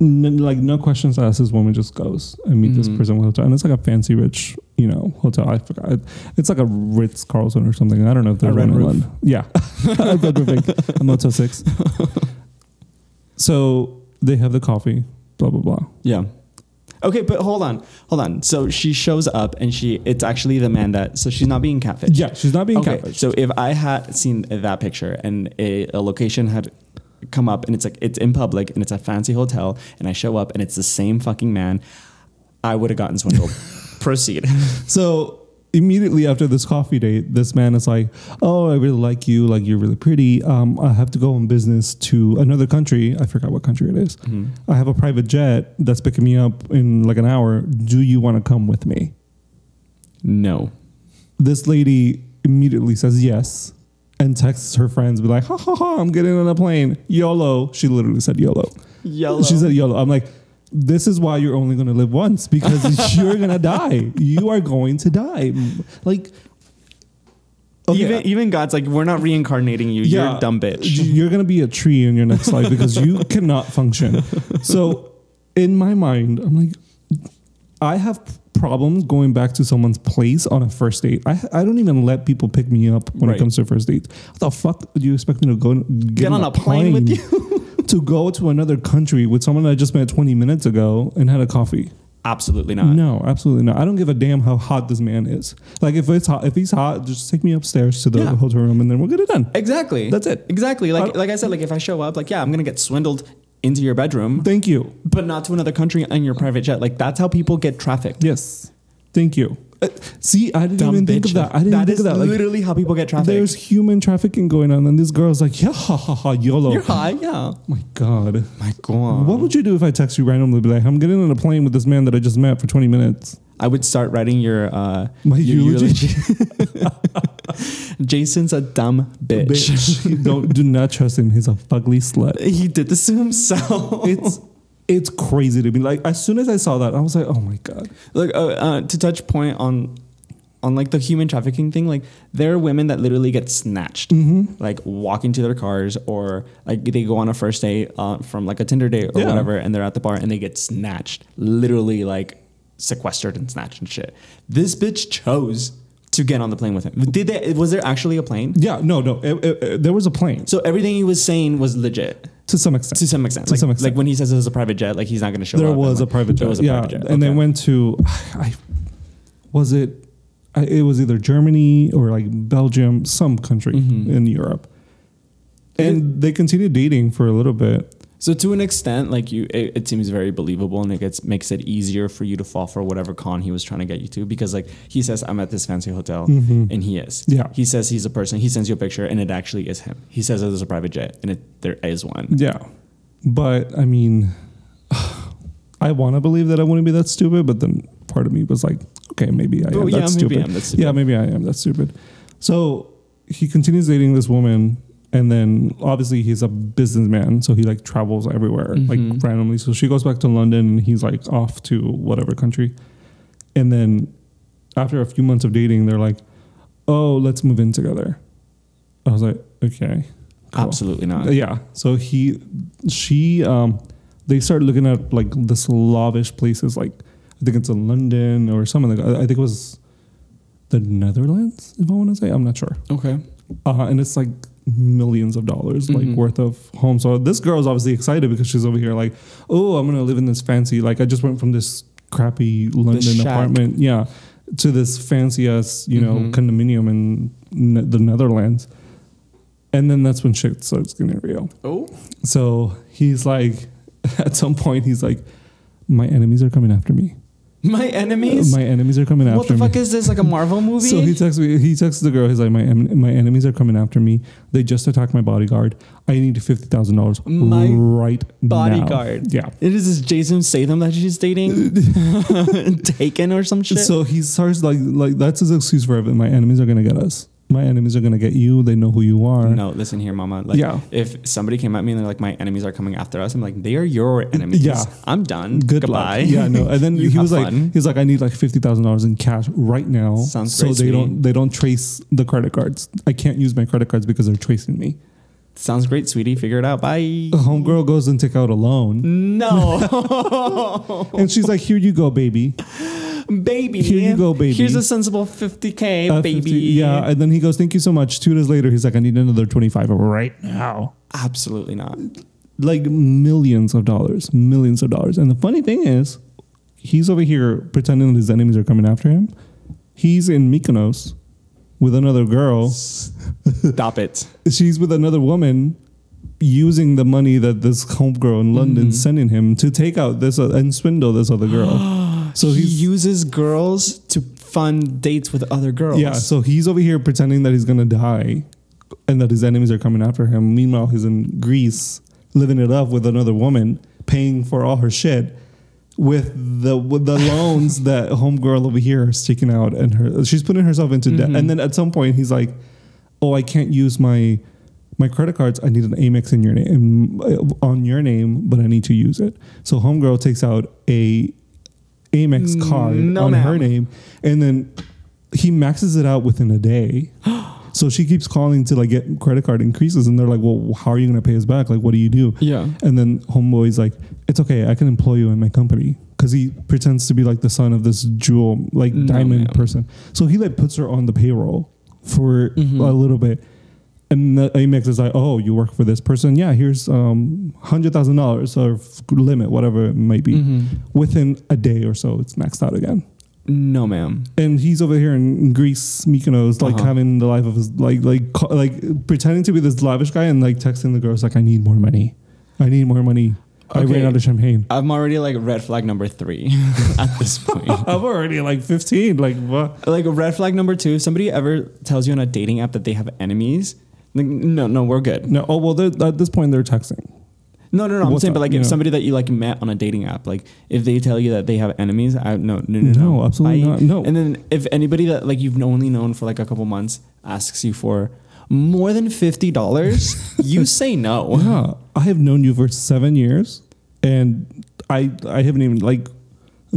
Speaker 2: N- like no questions asked, this woman just goes and meet
Speaker 1: Mm-hmm.
Speaker 2: this person with hotel, and it's like a fancy rich, you know, hotel. I forgot, it's like a Ritz Carlson or something. I don't know if
Speaker 1: A
Speaker 2: they're
Speaker 1: red roof.
Speaker 2: Yeah, [laughs] a red roof, like a Motel Six.
Speaker 1: [laughs]
Speaker 2: so they have the coffee, blah blah blah.
Speaker 1: yeah okay but hold on hold on so she shows up and she it's actually the man that so she's not being catfished
Speaker 2: Yeah, she's not being
Speaker 1: okay
Speaker 2: catfished.
Speaker 1: so if i had seen that picture and a, a location had come up and it's like it's in public and it's a fancy hotel and i show up and
Speaker 2: [laughs]
Speaker 1: it's the same fucking man i would have gotten swindled proceed
Speaker 2: So immediately after this coffee date, this man is like, "Oh, I really like you. Like you're really pretty. Um, I have to go on business to another country. I forgot what country it is. I have a private jet that's picking me up in like an hour. Do you want to come with me?"
Speaker 1: No.
Speaker 2: This lady immediately says yes and texts her friends, be like, "Ha ha ha! I'm getting on a plane. YOLO." She literally said YOLO.
Speaker 1: Yellow.
Speaker 2: She said YOLO. I'm like, this is why you're only going to live once because [laughs] you're going to die. You are going to die. Like, okay,
Speaker 1: even even God's like, we're not reincarnating you. You're a dumb bitch.
Speaker 2: You're going to be a tree in your next life because
Speaker 1: [laughs]
Speaker 2: you cannot function. So, in my mind, I'm like, I have problems going back to someone's place on a first date. I, I don't even let people pick me up when
Speaker 1: Right.
Speaker 2: it comes to first dates. What the fuck do you expect me to go get,
Speaker 1: Get on a plane with
Speaker 2: you?
Speaker 1: [laughs]
Speaker 2: to go to another country with someone I just met 20 minutes ago and had a coffee.
Speaker 1: Absolutely not.
Speaker 2: No, absolutely not. I don't give a damn how hot this man is. Like if it's hot, if he's hot, just take me upstairs to the
Speaker 1: Yeah.
Speaker 2: hotel room and then we'll get it done.
Speaker 1: Exactly.
Speaker 2: That's it. Uh,
Speaker 1: Exactly.
Speaker 2: I
Speaker 1: Like
Speaker 2: don't-
Speaker 1: like I said, like if I show up, like yeah, I'm gonna get swindled into your bedroom,
Speaker 2: Thank you.
Speaker 1: but not to another country on your private jet. Like that's how people get trafficked.
Speaker 2: Yes. Thank you. Uh, see, I didn't
Speaker 1: Dumb
Speaker 2: even think
Speaker 1: bitch.
Speaker 2: of that. I didn't
Speaker 1: That
Speaker 2: think
Speaker 1: is
Speaker 2: of that. Like,
Speaker 1: literally how people get trafficked.
Speaker 2: there's human trafficking going on, and this girl's like, yeah, ha ha ha, YOLO. Oh
Speaker 1: You're high, yeah.
Speaker 2: My God.
Speaker 1: My God.
Speaker 2: What would you do if I text you randomly, be like, I'm getting on a plane with this man that I just met for 20 minutes?
Speaker 1: I would start writing your uh
Speaker 2: My
Speaker 1: your
Speaker 2: eulogy?
Speaker 1: eulogy. [laughs] Jason's a dumb bitch.
Speaker 2: Bitch. [laughs] Don't do not trust him. He's a fugly
Speaker 1: [laughs]
Speaker 2: slut.
Speaker 1: he did this to himself.
Speaker 2: It's it's crazy to me. Like as soon as I saw that, I was like, oh my god.
Speaker 1: like uh, uh, to touch point on on like the human trafficking thing like there are women that literally get snatched
Speaker 2: Mm-hmm.
Speaker 1: like walking to their cars or like they go on a first date uh, from like a tinder date or
Speaker 2: Yeah.
Speaker 1: whatever and they're at the bar and they get snatched literally like sequestered and snatched and shit this bitch chose to get on the plane with him did they was there actually a plane
Speaker 2: Yeah, no, no. it- it- it- there was a plane
Speaker 1: so everything he was saying was legit
Speaker 2: to some extent.
Speaker 1: to some extent
Speaker 2: To
Speaker 1: like,
Speaker 2: some extent.
Speaker 1: like when he says it was a private jet like he's not going to show
Speaker 2: there
Speaker 1: up
Speaker 2: was a
Speaker 1: and, like,
Speaker 2: private jet.
Speaker 1: there was a
Speaker 2: yeah,
Speaker 1: private jet
Speaker 2: and they
Speaker 1: Okay.
Speaker 2: went to, I was it, I, it was either Germany or like Belgium, some country
Speaker 1: Mm-hmm.
Speaker 2: in Europe, and they continued dating for a little bit.
Speaker 1: So to an extent, like you, it, it seems very believable, and it gets makes it easier for you to fall for whatever con he was trying to get you to, because like he says, I'm at this fancy hotel, Oh, and he is.
Speaker 2: Mm. Mm-hmm. Yeah.
Speaker 1: He says he's a person. He sends you a picture, and it actually is him. He says that there's a private jet, and it there is one.
Speaker 2: Yeah, but I mean, [sighs] I want to believe that I wouldn't be that stupid, but then part of me was like, okay, maybe I am
Speaker 1: Oh,
Speaker 2: that
Speaker 1: yeah, maybe
Speaker 2: stupid.
Speaker 1: I'm that stupid.
Speaker 2: Yeah, maybe I am that stupid. So he continues dating this woman, and then obviously he's a businessman, so he like travels everywhere like randomly. So she goes back to London, and he's like off to whatever country, and then after a few months of dating, they're like, oh, let's move in together. I was like, okay, cool.
Speaker 1: Absolutely not.
Speaker 2: Yeah. So he, she, um, they started looking at like the Slavish places, like I think it's in London or something. Like, I I think it was the Netherlands, if I want to say. I'm not sure.
Speaker 1: Okay.
Speaker 2: Uh, and it's like millions of dollars,
Speaker 1: Mm-hmm.
Speaker 2: like worth of homes. So this girl's obviously excited because she's over here, like, oh, I'm gonna live in this fancy. Like, I just went from this crappy London
Speaker 1: shack.
Speaker 2: apartment, yeah, to this fancy ass, you know,
Speaker 1: Mhm.
Speaker 2: condominium in ne- the Netherlands. And then that's when shit starts getting real.
Speaker 1: Oh.
Speaker 2: So he's like, [laughs] at some point, he's like, my enemies are coming after me.
Speaker 1: My enemies.
Speaker 2: My enemies are coming
Speaker 1: what the
Speaker 2: after me.
Speaker 1: fuck is this? Like a Marvel movie?
Speaker 2: [laughs] So he texts me. He texts the girl. He's like, my en- my enemies are coming after me. They just attacked my bodyguard. I need fifty thousand dollars
Speaker 1: My
Speaker 2: right
Speaker 1: bodyguard.
Speaker 2: now. Yeah.
Speaker 1: it is this Jason Statham that she's dating,
Speaker 2: [laughs]
Speaker 1: [laughs] Taken or some shit.
Speaker 2: So he starts like like that's his excuse for everything. My enemies are gonna get us. My enemies are gonna get you. They know who you are.
Speaker 1: No, listen here, mama. Like,
Speaker 2: uh, Yeah.
Speaker 1: if somebody came at me and they're like, my enemies are coming after us, I'm like, they are your enemies.
Speaker 2: Yeah.
Speaker 1: I'm done.
Speaker 2: Good
Speaker 1: Goodbye.
Speaker 2: luck. Yeah, no. And
Speaker 1: [laughs]
Speaker 2: then
Speaker 1: You
Speaker 2: he
Speaker 1: have
Speaker 2: was like,
Speaker 1: fun.
Speaker 2: he's like, I need like fifty thousand dollars in cash right now.
Speaker 1: Sounds
Speaker 2: so
Speaker 1: great to
Speaker 2: they
Speaker 1: me.
Speaker 2: don't they don't trace the credit cards. I can't use my credit cards because they're tracing me.
Speaker 1: Sounds great, sweetie. Figure it out.
Speaker 2: [laughs]
Speaker 1: Bye.
Speaker 2: The homegirl goes and take out a loan,
Speaker 1: No.
Speaker 2: and she's like, "Here you go, baby."
Speaker 1: [laughs] baby.
Speaker 2: Here you go, baby.
Speaker 1: Here's a sensible 50K,
Speaker 2: Uh,
Speaker 1: baby.
Speaker 2: 50 yeah, and then he goes, "Thank you so much." Two days later, he's like, "I need another twenty-five right now."
Speaker 1: Absolutely
Speaker 2: [laughs]
Speaker 1: not.
Speaker 2: Like millions of dollars, millions of dollars. And the funny thing is, he's over here pretending that his enemies are coming after him. He's in Mykonos with another girl.
Speaker 1: Stop it.
Speaker 2: She's with another woman, using the money that this homegirl in London's sending him to take out this uh, and swindle this other girl. so
Speaker 1: he
Speaker 2: he's
Speaker 1: uses girls to fun dates with other girls.
Speaker 2: Yeah, so he's over here pretending that he's gonna die, and that his enemies are coming after him. Meanwhile, he's in Greece living it up with another woman, paying for all her shit with the with the loans that homegirl over here is taking out, and her she's putting herself into debt. And then at some point, he's like, "Oh, I can't use my." My credit cards. I need an Amex in your name, on your name, but I need to use it. So homegirl takes out a Amex card
Speaker 1: No,
Speaker 2: on her
Speaker 1: ma'am.
Speaker 2: name, and then he maxes it out within
Speaker 1: [gasps]
Speaker 2: a day. So she keeps calling to like get credit card increases, and they're like, "Well, how are you gonna pay us back? Like, what do you do?"
Speaker 1: Yeah.
Speaker 2: And then homeboy's like, "It's okay, I can employ you in my company," because he pretends to be like the son of this jewel, like
Speaker 1: No,
Speaker 2: diamond
Speaker 1: ma'am.
Speaker 2: person. So he like puts her on the payroll for
Speaker 1: Mm-hmm.
Speaker 2: a little bit, and the Amex is like, "Oh, you work for this person? Yeah, here's um hundred thousand dollars or f- limit, whatever it might
Speaker 1: Mm-hmm.
Speaker 2: be." Within a day or so, it's maxed out again
Speaker 1: No, ma'am.
Speaker 2: and he's over here in Greece, Mykonos, like
Speaker 1: Uh-huh.
Speaker 2: having the life of his like like ca- like pretending to be this lavish guy and like texting the girls like, "I need more money, I need more money, I ran
Speaker 1: Okay.
Speaker 2: out of champagne."
Speaker 1: I'm already like red flag number three [laughs] at this point. [laughs]
Speaker 2: I'm already like 15. Like what?
Speaker 1: like red flag number two. If somebody ever tells you on a dating app that they have enemies, like no, no, we're good.
Speaker 2: No. Oh well, they're- at this point they're texting.
Speaker 1: No, no, no. I'm
Speaker 2: What's
Speaker 1: saying,
Speaker 2: up?
Speaker 1: but like
Speaker 2: Yeah.
Speaker 1: if somebody that you like met on a dating app, like if they tell you that they have enemies, I no, no, no, no,
Speaker 2: No, absolutely not. No.
Speaker 1: And then if anybody that like you've only known for like a couple months asks you for more than fifty
Speaker 2: [laughs]
Speaker 1: dollars, you say no.
Speaker 2: Yeah, I have known you for seven years, and I I haven't even like.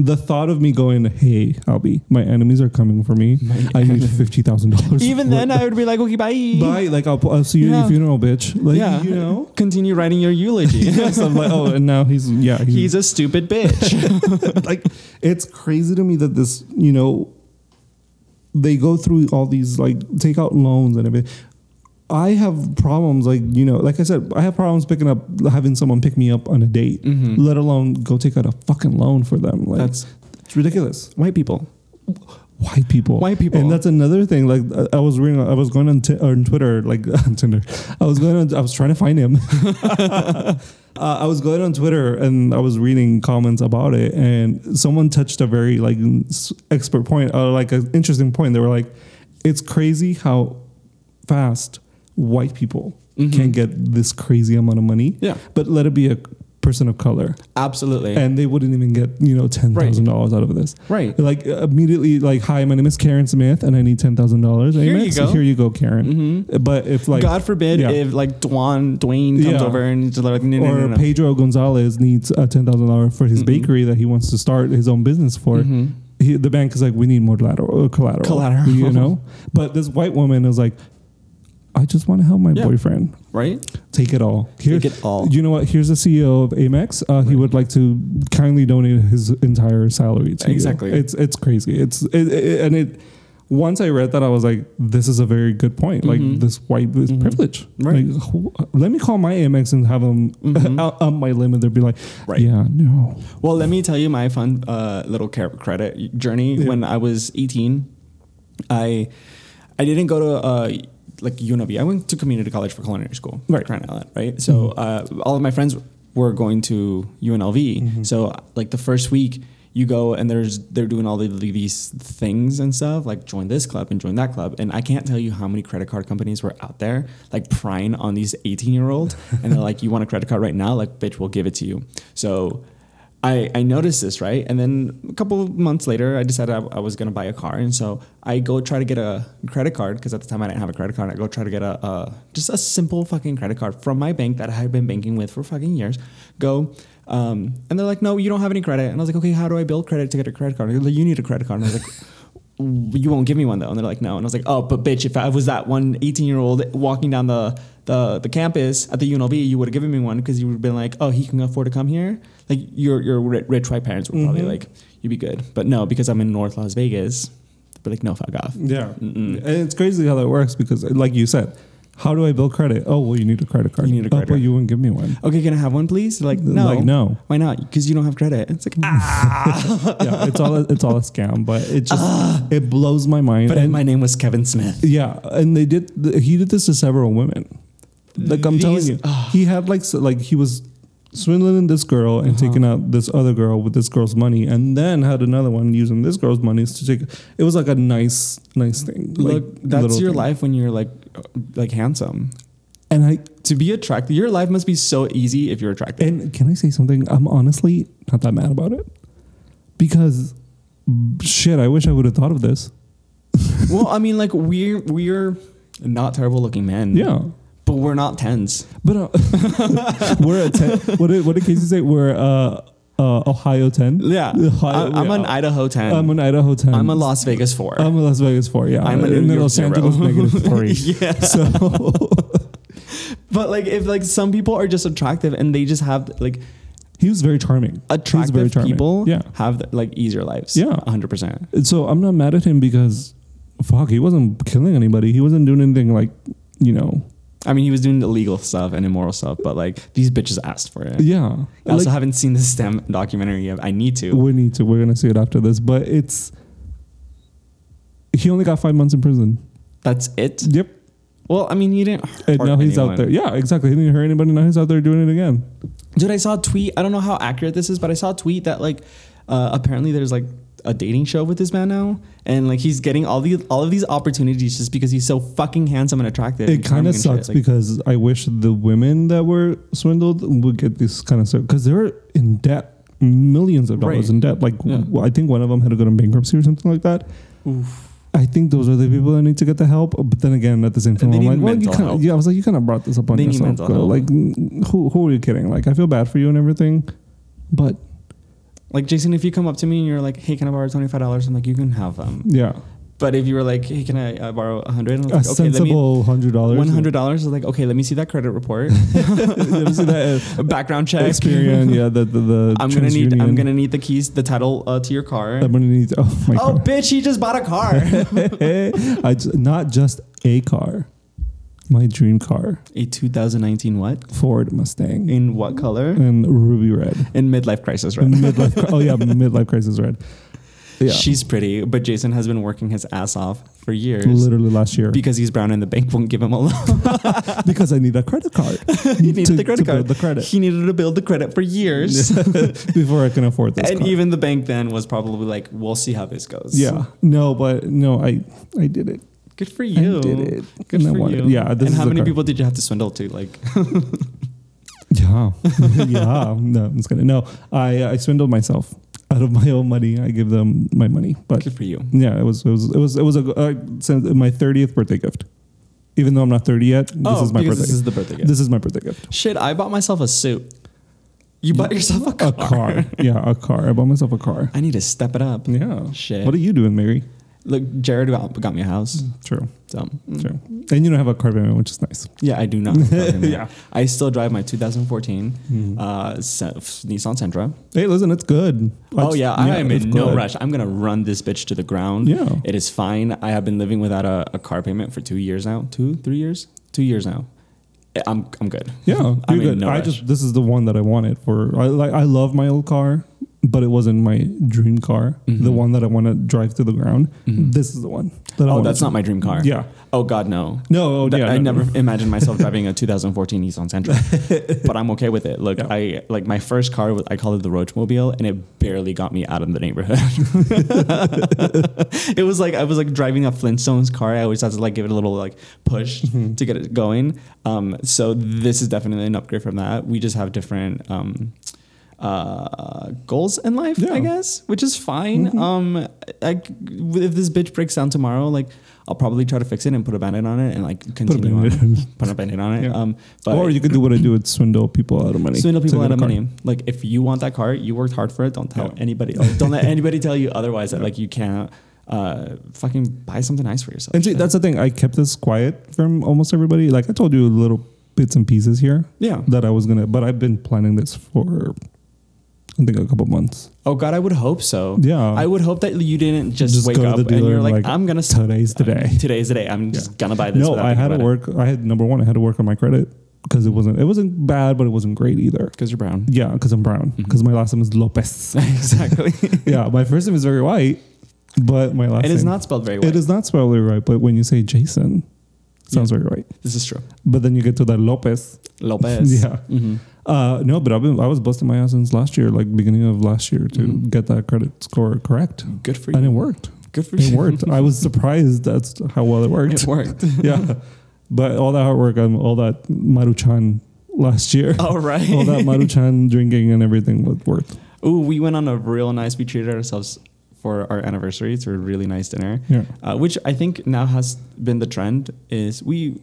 Speaker 2: The thought of me going, hey, Albie, my enemies are coming for me. I need fifty thousand dollars.
Speaker 1: Even then, I would be like, okay, bye,
Speaker 2: bye. Like I'll, I'll see you at
Speaker 1: Yeah.
Speaker 2: your funeral, bitch. Like
Speaker 1: yeah,
Speaker 2: you know.
Speaker 1: continue writing your eulogy.
Speaker 2: [laughs] yes, I'm like, oh, and now he's yeah,
Speaker 1: He's a stupid
Speaker 2: [laughs]
Speaker 1: bitch.
Speaker 2: like, it's crazy to me that this, you know, they go through all these like take out loans and everything. I have problems, like you know, like I said, I have problems picking up, having someone pick me up on a date, let alone go take out a fucking loan for them. Like,
Speaker 1: Mm-hmm. That's-
Speaker 2: it's ridiculous.
Speaker 1: White people.
Speaker 2: White people,
Speaker 1: White people.
Speaker 2: and that's another thing. Like I- I was reading, I was going on, t- on Twitter, like [laughs] on Tinder. I was going, on, I was trying to find him. [laughs] uh, I was going on Twitter and I was reading comments about it, and someone touched a very like s- expert point, or like an interesting point. They were like, "It's crazy how fast white people
Speaker 1: Mm-hmm.
Speaker 2: can get this crazy amount of money,
Speaker 1: Yeah.
Speaker 2: but let it be a person of color,
Speaker 1: Absolutely.
Speaker 2: and they wouldn't even get you know ten thousand dollars out of this,
Speaker 1: Right.
Speaker 2: Like uh, immediately, like, "Hi, my name is Karen Smith, and I need ten thousand dollars."
Speaker 1: Here you go.
Speaker 2: Here you go, Karen. But if like
Speaker 1: Mm-hmm. God forbid
Speaker 2: yeah.
Speaker 1: if like Dwan Dwayne comes
Speaker 2: Yeah.
Speaker 1: over and he's like, no, no,
Speaker 2: or
Speaker 1: no, no.
Speaker 2: Pedro Gonzalez needs a ten thousand dollar for his bakery that he wants to start his own business for. He, the bank is like, we need more collateral, uh, collateral,
Speaker 1: Mm-hmm. Collateral. [laughs]
Speaker 2: you know. But this white woman is like, I just want to help my
Speaker 1: Yeah.
Speaker 2: boyfriend.
Speaker 1: right?
Speaker 2: Take it all. Here-
Speaker 1: Take it all.
Speaker 2: You know what? Here's the CEO of Amex. Uh, He would like to kindly donate his entire salary to you.
Speaker 1: Exactly.
Speaker 2: It's it's crazy. It's it, it, and it. Once I read that, I was like, "This is a very good point. Like this white this privilege.
Speaker 1: Mm-hmm. Right. Mm-hmm.
Speaker 2: Like, who, let me call my Amex and have them out on my limb, and they'll be like,
Speaker 1: Right.
Speaker 2: Yeah, no.
Speaker 1: Well, let me tell you my fun uh, little car- credit journey. When I was 18, I I didn't go to uh, like UNLV. I went to community college for culinary school.
Speaker 2: Right.
Speaker 1: Crying out loud, right? So uh, all of my friends were going to UNLV. So like the first week. You go and there's they're doing all the, these things and stuff like join this club and join that club and I can't tell you how many credit card companies were out there like prying on these 18 year olds and they're like you want a credit card right now like bitch we'll give it to you so I, I noticed this, right? And then a couple of months later, I decided I, I was going to buy a car. And so I go try to get a credit card because at the time I didn't have a credit card. I go try to get a, a just a simple fucking credit card from my bank that I had been banking with for fucking years. Go. Um, and they're like, no, you don't have any credit. And I was like, okay, how do I build credit to get a credit card? And they're like, you need a credit card. And I was like, you won't give me one though. And they're like, no. And I was like, oh, but bitch, if I was that one 18 year old walking down the, the, the campus at the UNLV, you would have given me one because you would have been like, oh, he can afford to come here. Like your, your ri- rich white parents were
Speaker 2: Mm-hmm.
Speaker 1: probably like, you'd be good. But no, because I'm in North Las Vegas, but like, no, fuck off.
Speaker 2: Yeah. And it's crazy how that works because, like you said, how do I build credit? Oh, well, you need a credit card.
Speaker 1: You need a credit
Speaker 2: Oh, well,
Speaker 1: card.
Speaker 2: you wouldn't give me one.
Speaker 1: Okay, can I have one, please? They're like, no.
Speaker 2: Like, no.
Speaker 1: Why not? Because you don't have credit. It's like, ah.
Speaker 2: yeah, it's all it's all a scam, but it just it blows my
Speaker 1: [laughs]
Speaker 2: mind.
Speaker 1: Ah. But
Speaker 2: and
Speaker 1: my name was Kevin Smith.
Speaker 2: Yeah, and they did. th- He did this to several women. Like I'm telling
Speaker 1: These-
Speaker 2: you, he had like s- like he was swindling this girl
Speaker 1: Uh-huh.
Speaker 2: and taking out this other girl with this girl's money, and then had another one using this girl's money to take. It was like a nice, nice thing.
Speaker 1: Look,
Speaker 2: like,
Speaker 1: that's
Speaker 2: little
Speaker 1: your
Speaker 2: thing.
Speaker 1: life when you're like, uh, like handsome.
Speaker 2: And I
Speaker 1: To be attractive, your life must be so easy if you're attractive.
Speaker 2: and can I say something? I'm honestly not that mad about it because shit. I wish I would have thought of this.
Speaker 1: well, I mean, like we're we're not terrible looking men.
Speaker 2: Yeah.
Speaker 1: but we're not tens.
Speaker 2: But uh, [laughs] we're a ten. What did, what did Casey say? We're uh, uh, Ohio ten. [laughs]
Speaker 1: Yeah,
Speaker 2: Ohio,
Speaker 1: I, am
Speaker 2: yeah.
Speaker 1: an Idaho 10
Speaker 2: I'm an Idaho ten.
Speaker 1: I'm a Las Vegas 4
Speaker 2: I'm a Las Vegas four. Yeah,
Speaker 1: I'm a New
Speaker 2: and then
Speaker 1: York
Speaker 2: Los
Speaker 1: zero.
Speaker 2: Angeles
Speaker 1: [laughs]
Speaker 2: negative three.
Speaker 1: yeah.
Speaker 2: [laughs] So
Speaker 1: But like if like some people are just attractive and they just have like
Speaker 2: he was very charming. He was
Speaker 1: attractive
Speaker 2: very charming.
Speaker 1: people
Speaker 2: Yeah.
Speaker 1: have like easier lives.
Speaker 2: Yeah.
Speaker 1: 100%.
Speaker 2: So I'm not mad at him because fuck, he wasn't killing anybody. He wasn't doing anything like you know.
Speaker 1: I mean, he was doing illegal stuff and immoral stuff, but like these bitches asked for it.
Speaker 2: Yeah.
Speaker 1: I also
Speaker 2: Like,
Speaker 1: haven't seen the STEM documentary yet. I need to.
Speaker 2: we need to. We're gonna see it after this, but it's. He only got five months in prison.
Speaker 1: That's it.
Speaker 2: Yep.
Speaker 1: Well, I mean, you didn't. Hurt
Speaker 2: And now he's
Speaker 1: anyone.
Speaker 2: out there. Yeah, exactly. He didn't hurt anybody. Now he's out there doing it again.
Speaker 1: Dude, I saw a tweet. I don't know how accurate this is, but I saw a tweet that like uh, apparently there's like a dating show with this man now, and like he's getting all these all of these opportunities just because he's so fucking handsome and attractive.
Speaker 2: It
Speaker 1: and
Speaker 2: kind
Speaker 1: charming
Speaker 2: of
Speaker 1: and shit.
Speaker 2: sucks
Speaker 1: Like,
Speaker 2: because I wish the women that were swindled would get this kind of stuff because they're in debt, millions of dollars
Speaker 1: Right.
Speaker 2: in debt. Like
Speaker 1: Yeah.
Speaker 2: w- I think one of them had to go to bankruptcy or something like that. I think those are the people that need to get the help. But then again, at the same time,
Speaker 1: they
Speaker 2: I'm
Speaker 1: need
Speaker 2: like, well, you
Speaker 1: mental
Speaker 2: kind
Speaker 1: help.
Speaker 2: yeah, I was like, you kind of brought this up on
Speaker 1: They need
Speaker 2: yourself.
Speaker 1: mental
Speaker 2: girl.
Speaker 1: help.
Speaker 2: Like, n- who who are you kidding? Like, I feel bad for you and everything, but
Speaker 1: like Jason, if you come up to me and you're like, "Hey, can I borrow twenty five dollars?" I'm like, "You can have them."
Speaker 2: yeah,
Speaker 1: But if you were like, "Hey, can I uh, borrow a hundred?
Speaker 2: a sensible hundred dollars,
Speaker 1: One
Speaker 2: [laughs]
Speaker 1: hundred [laughs] dollars. Like, okay, let me see that credit report,
Speaker 2: that
Speaker 1: a background check.
Speaker 2: experience. Yeah, the the, the
Speaker 1: [laughs] I'm gonna need. I'm
Speaker 2: TransUnion.
Speaker 1: gonna need the keys, the title uh, to your car.
Speaker 2: I'm gonna need. Oh my
Speaker 1: oh,
Speaker 2: god.
Speaker 1: bitch, he just bought a
Speaker 2: [laughs]
Speaker 1: car.
Speaker 2: I ju- not just a car, my dream car,
Speaker 1: a 2019 what?
Speaker 2: Ford Mustang
Speaker 1: In what color?
Speaker 2: and ruby red,
Speaker 1: In midlife crisis,
Speaker 2: And
Speaker 1: right?
Speaker 2: midlife. cri- oh yeah, midlife
Speaker 1: [laughs]
Speaker 2: crisis red. Yeah,
Speaker 1: She's pretty, but Jason has been working his ass off for years
Speaker 2: literally last year
Speaker 1: because he's brown and the bank won't give him a loan.
Speaker 2: [laughs]
Speaker 1: [laughs]
Speaker 2: because I need a credit card.
Speaker 1: He needed
Speaker 2: to-
Speaker 1: the credit
Speaker 2: to
Speaker 1: card.
Speaker 2: build
Speaker 1: [laughs]
Speaker 2: the credit
Speaker 1: He needed to build the credit for years.
Speaker 2: before I can afford this.
Speaker 1: and
Speaker 2: car.
Speaker 1: even the bank then was probably like, we'll see how this goes.
Speaker 2: yeah, no, but no, I I did it.
Speaker 1: Good for you.
Speaker 2: I did it.
Speaker 1: Good
Speaker 2: And I
Speaker 1: for
Speaker 2: wanted-
Speaker 1: you.
Speaker 2: Yeah, this
Speaker 1: and
Speaker 2: is
Speaker 1: how
Speaker 2: the
Speaker 1: many
Speaker 2: car.
Speaker 1: people did you have to swindle to? Like,
Speaker 2: Yeah, [laughs] yeah. No, I'm just kidding. No, I I swindled myself out of my own money. I give them my money, but
Speaker 1: good for you.
Speaker 2: Yeah, it was it was it was it was a uh, since my thirtieth birthday gift. Even though I'm not thirty yet, this
Speaker 1: oh,
Speaker 2: is my
Speaker 1: because
Speaker 2: birthday.
Speaker 1: this is the birthday gift.
Speaker 2: my birthday gift.
Speaker 1: Shit, I bought myself a suit. You bought yourself a car.
Speaker 2: A car, [laughs] yeah, a car. I bought myself a car.
Speaker 1: I need to step it up.
Speaker 2: Yeah.
Speaker 1: Shit.
Speaker 2: What are you doing, Mary?
Speaker 1: Look, Jared got, got me a house.
Speaker 2: True,
Speaker 1: So
Speaker 2: true. And you don't have a car payment, which is nice.
Speaker 1: yeah, I do not. [laughs]
Speaker 2: Yeah.
Speaker 1: I still drive my 2014 uh, Se- Nissan Sentra.
Speaker 2: Hey, listen, it's good. I
Speaker 1: oh
Speaker 2: just-
Speaker 1: yeah, I am
Speaker 2: it's
Speaker 1: in no
Speaker 2: good.
Speaker 1: rush. I'm gonna run this bitch to the ground.
Speaker 2: Yeah.
Speaker 1: it is fine. I have been living without a, a car payment for two years now. Two, three years. Two years now. I- I'm I'm good.
Speaker 2: Yeah, you're
Speaker 1: I'm in
Speaker 2: good.
Speaker 1: no
Speaker 2: I
Speaker 1: rush.
Speaker 2: just this is the one that I wanted for. I like I love my old car, but it wasn't my dream car.
Speaker 1: Mm-hmm.
Speaker 2: The one that I want to drive to the ground. This is the one. That I
Speaker 1: Oh,
Speaker 2: wanna
Speaker 1: that's
Speaker 2: drive.
Speaker 1: not my dream car.
Speaker 2: Yeah.
Speaker 1: Mm-hmm. Oh God, no.
Speaker 2: No, oh,
Speaker 1: That-
Speaker 2: yeah,
Speaker 1: I
Speaker 2: no, [laughs]
Speaker 1: never imagined myself driving a 2014 Nissan Sentra, but I'm okay with it. Look,
Speaker 2: Yeah.
Speaker 1: I like my first car. Was, I call it the Roachmobile, and it barely got me out of the neighborhood. [laughs] it was like I was like driving a Flintstones car. I always had to like give it a little like push
Speaker 2: Mm-hmm.
Speaker 1: to get it going. Um, so this is definitely an upgrade from that. We just have different. Um, uh goals in life
Speaker 2: Yeah. Mm-hmm.
Speaker 1: i guess which is fine um like if this bitch breaks down tomorrow like i'll probably try to fix it and put a band-aid on it and like continue on
Speaker 2: Band-Aid on
Speaker 1: put a band-aid on it
Speaker 2: Yeah.
Speaker 1: um [laughs] but
Speaker 2: or you could do what I do and swindle people out of money.
Speaker 1: swindle
Speaker 2: to
Speaker 1: people
Speaker 2: get
Speaker 1: out
Speaker 2: a
Speaker 1: of
Speaker 2: car.
Speaker 1: money like if you want that car you worked hard for it don't tell
Speaker 2: Yeah.
Speaker 1: anybody else.
Speaker 2: [laughs]
Speaker 1: don't let anybody tell you otherwise that like you can't uh fucking buy something nice for yourself
Speaker 2: And see, that's the thing. I kept this quiet from almost everybody. Like I told you, little bits and pieces here
Speaker 1: yeah
Speaker 2: that I was gonna. But I've been planning this for, I think, a couple months.
Speaker 1: oh god i would hope so
Speaker 2: Yeah.
Speaker 1: i would hope that you didn't just,
Speaker 2: Just
Speaker 1: wake
Speaker 2: go to
Speaker 1: up
Speaker 2: the
Speaker 1: and
Speaker 2: dealer
Speaker 1: you're
Speaker 2: and,
Speaker 1: like,
Speaker 2: like,
Speaker 1: i'm gonna
Speaker 2: Today's today.
Speaker 1: today's the day i'm just
Speaker 2: Yeah.
Speaker 1: gonna buy this
Speaker 2: No,
Speaker 1: without
Speaker 2: I
Speaker 1: thinking
Speaker 2: had to
Speaker 1: about it.
Speaker 2: work. I had number one. I had to work on my credit because it wasn't. It wasn't bad, but it wasn't great either.
Speaker 1: because you're brown [laughs]
Speaker 2: Yeah, because I'm brown.
Speaker 1: Mm-hmm.
Speaker 2: Because my last name is Lopez. [laughs]
Speaker 1: exactly.
Speaker 2: yeah, my first name is very white, but my last
Speaker 1: it
Speaker 2: name
Speaker 1: is not spelled very well.
Speaker 2: It is not spelled right, but when you say Jason, Sounds very right.
Speaker 1: This is true.
Speaker 2: But then you get to that Lopez.
Speaker 1: Lopez.
Speaker 2: [laughs] yeah.
Speaker 1: Mhm.
Speaker 2: Uh, no, but I've been, I was busting my ass since last year, like beginning of last year, to
Speaker 1: Mhm.
Speaker 2: get that credit score correct,
Speaker 1: Good for you.
Speaker 2: and it worked.
Speaker 1: Good for
Speaker 2: It
Speaker 1: you.
Speaker 2: worked. I was surprised that's how well it worked.
Speaker 1: [laughs] It
Speaker 2: [laughs]
Speaker 1: worked. [laughs]
Speaker 2: yeah, but all that hard work and all that Maruchan last year,
Speaker 1: All right.
Speaker 2: [laughs] all that Maruchan drinking and everything was worth.
Speaker 1: Ooh, we went on a real nice. We treated ourselves for our anniversary to a really nice dinner,
Speaker 2: Yeah,
Speaker 1: uh, which I think now has been the trend. Is we,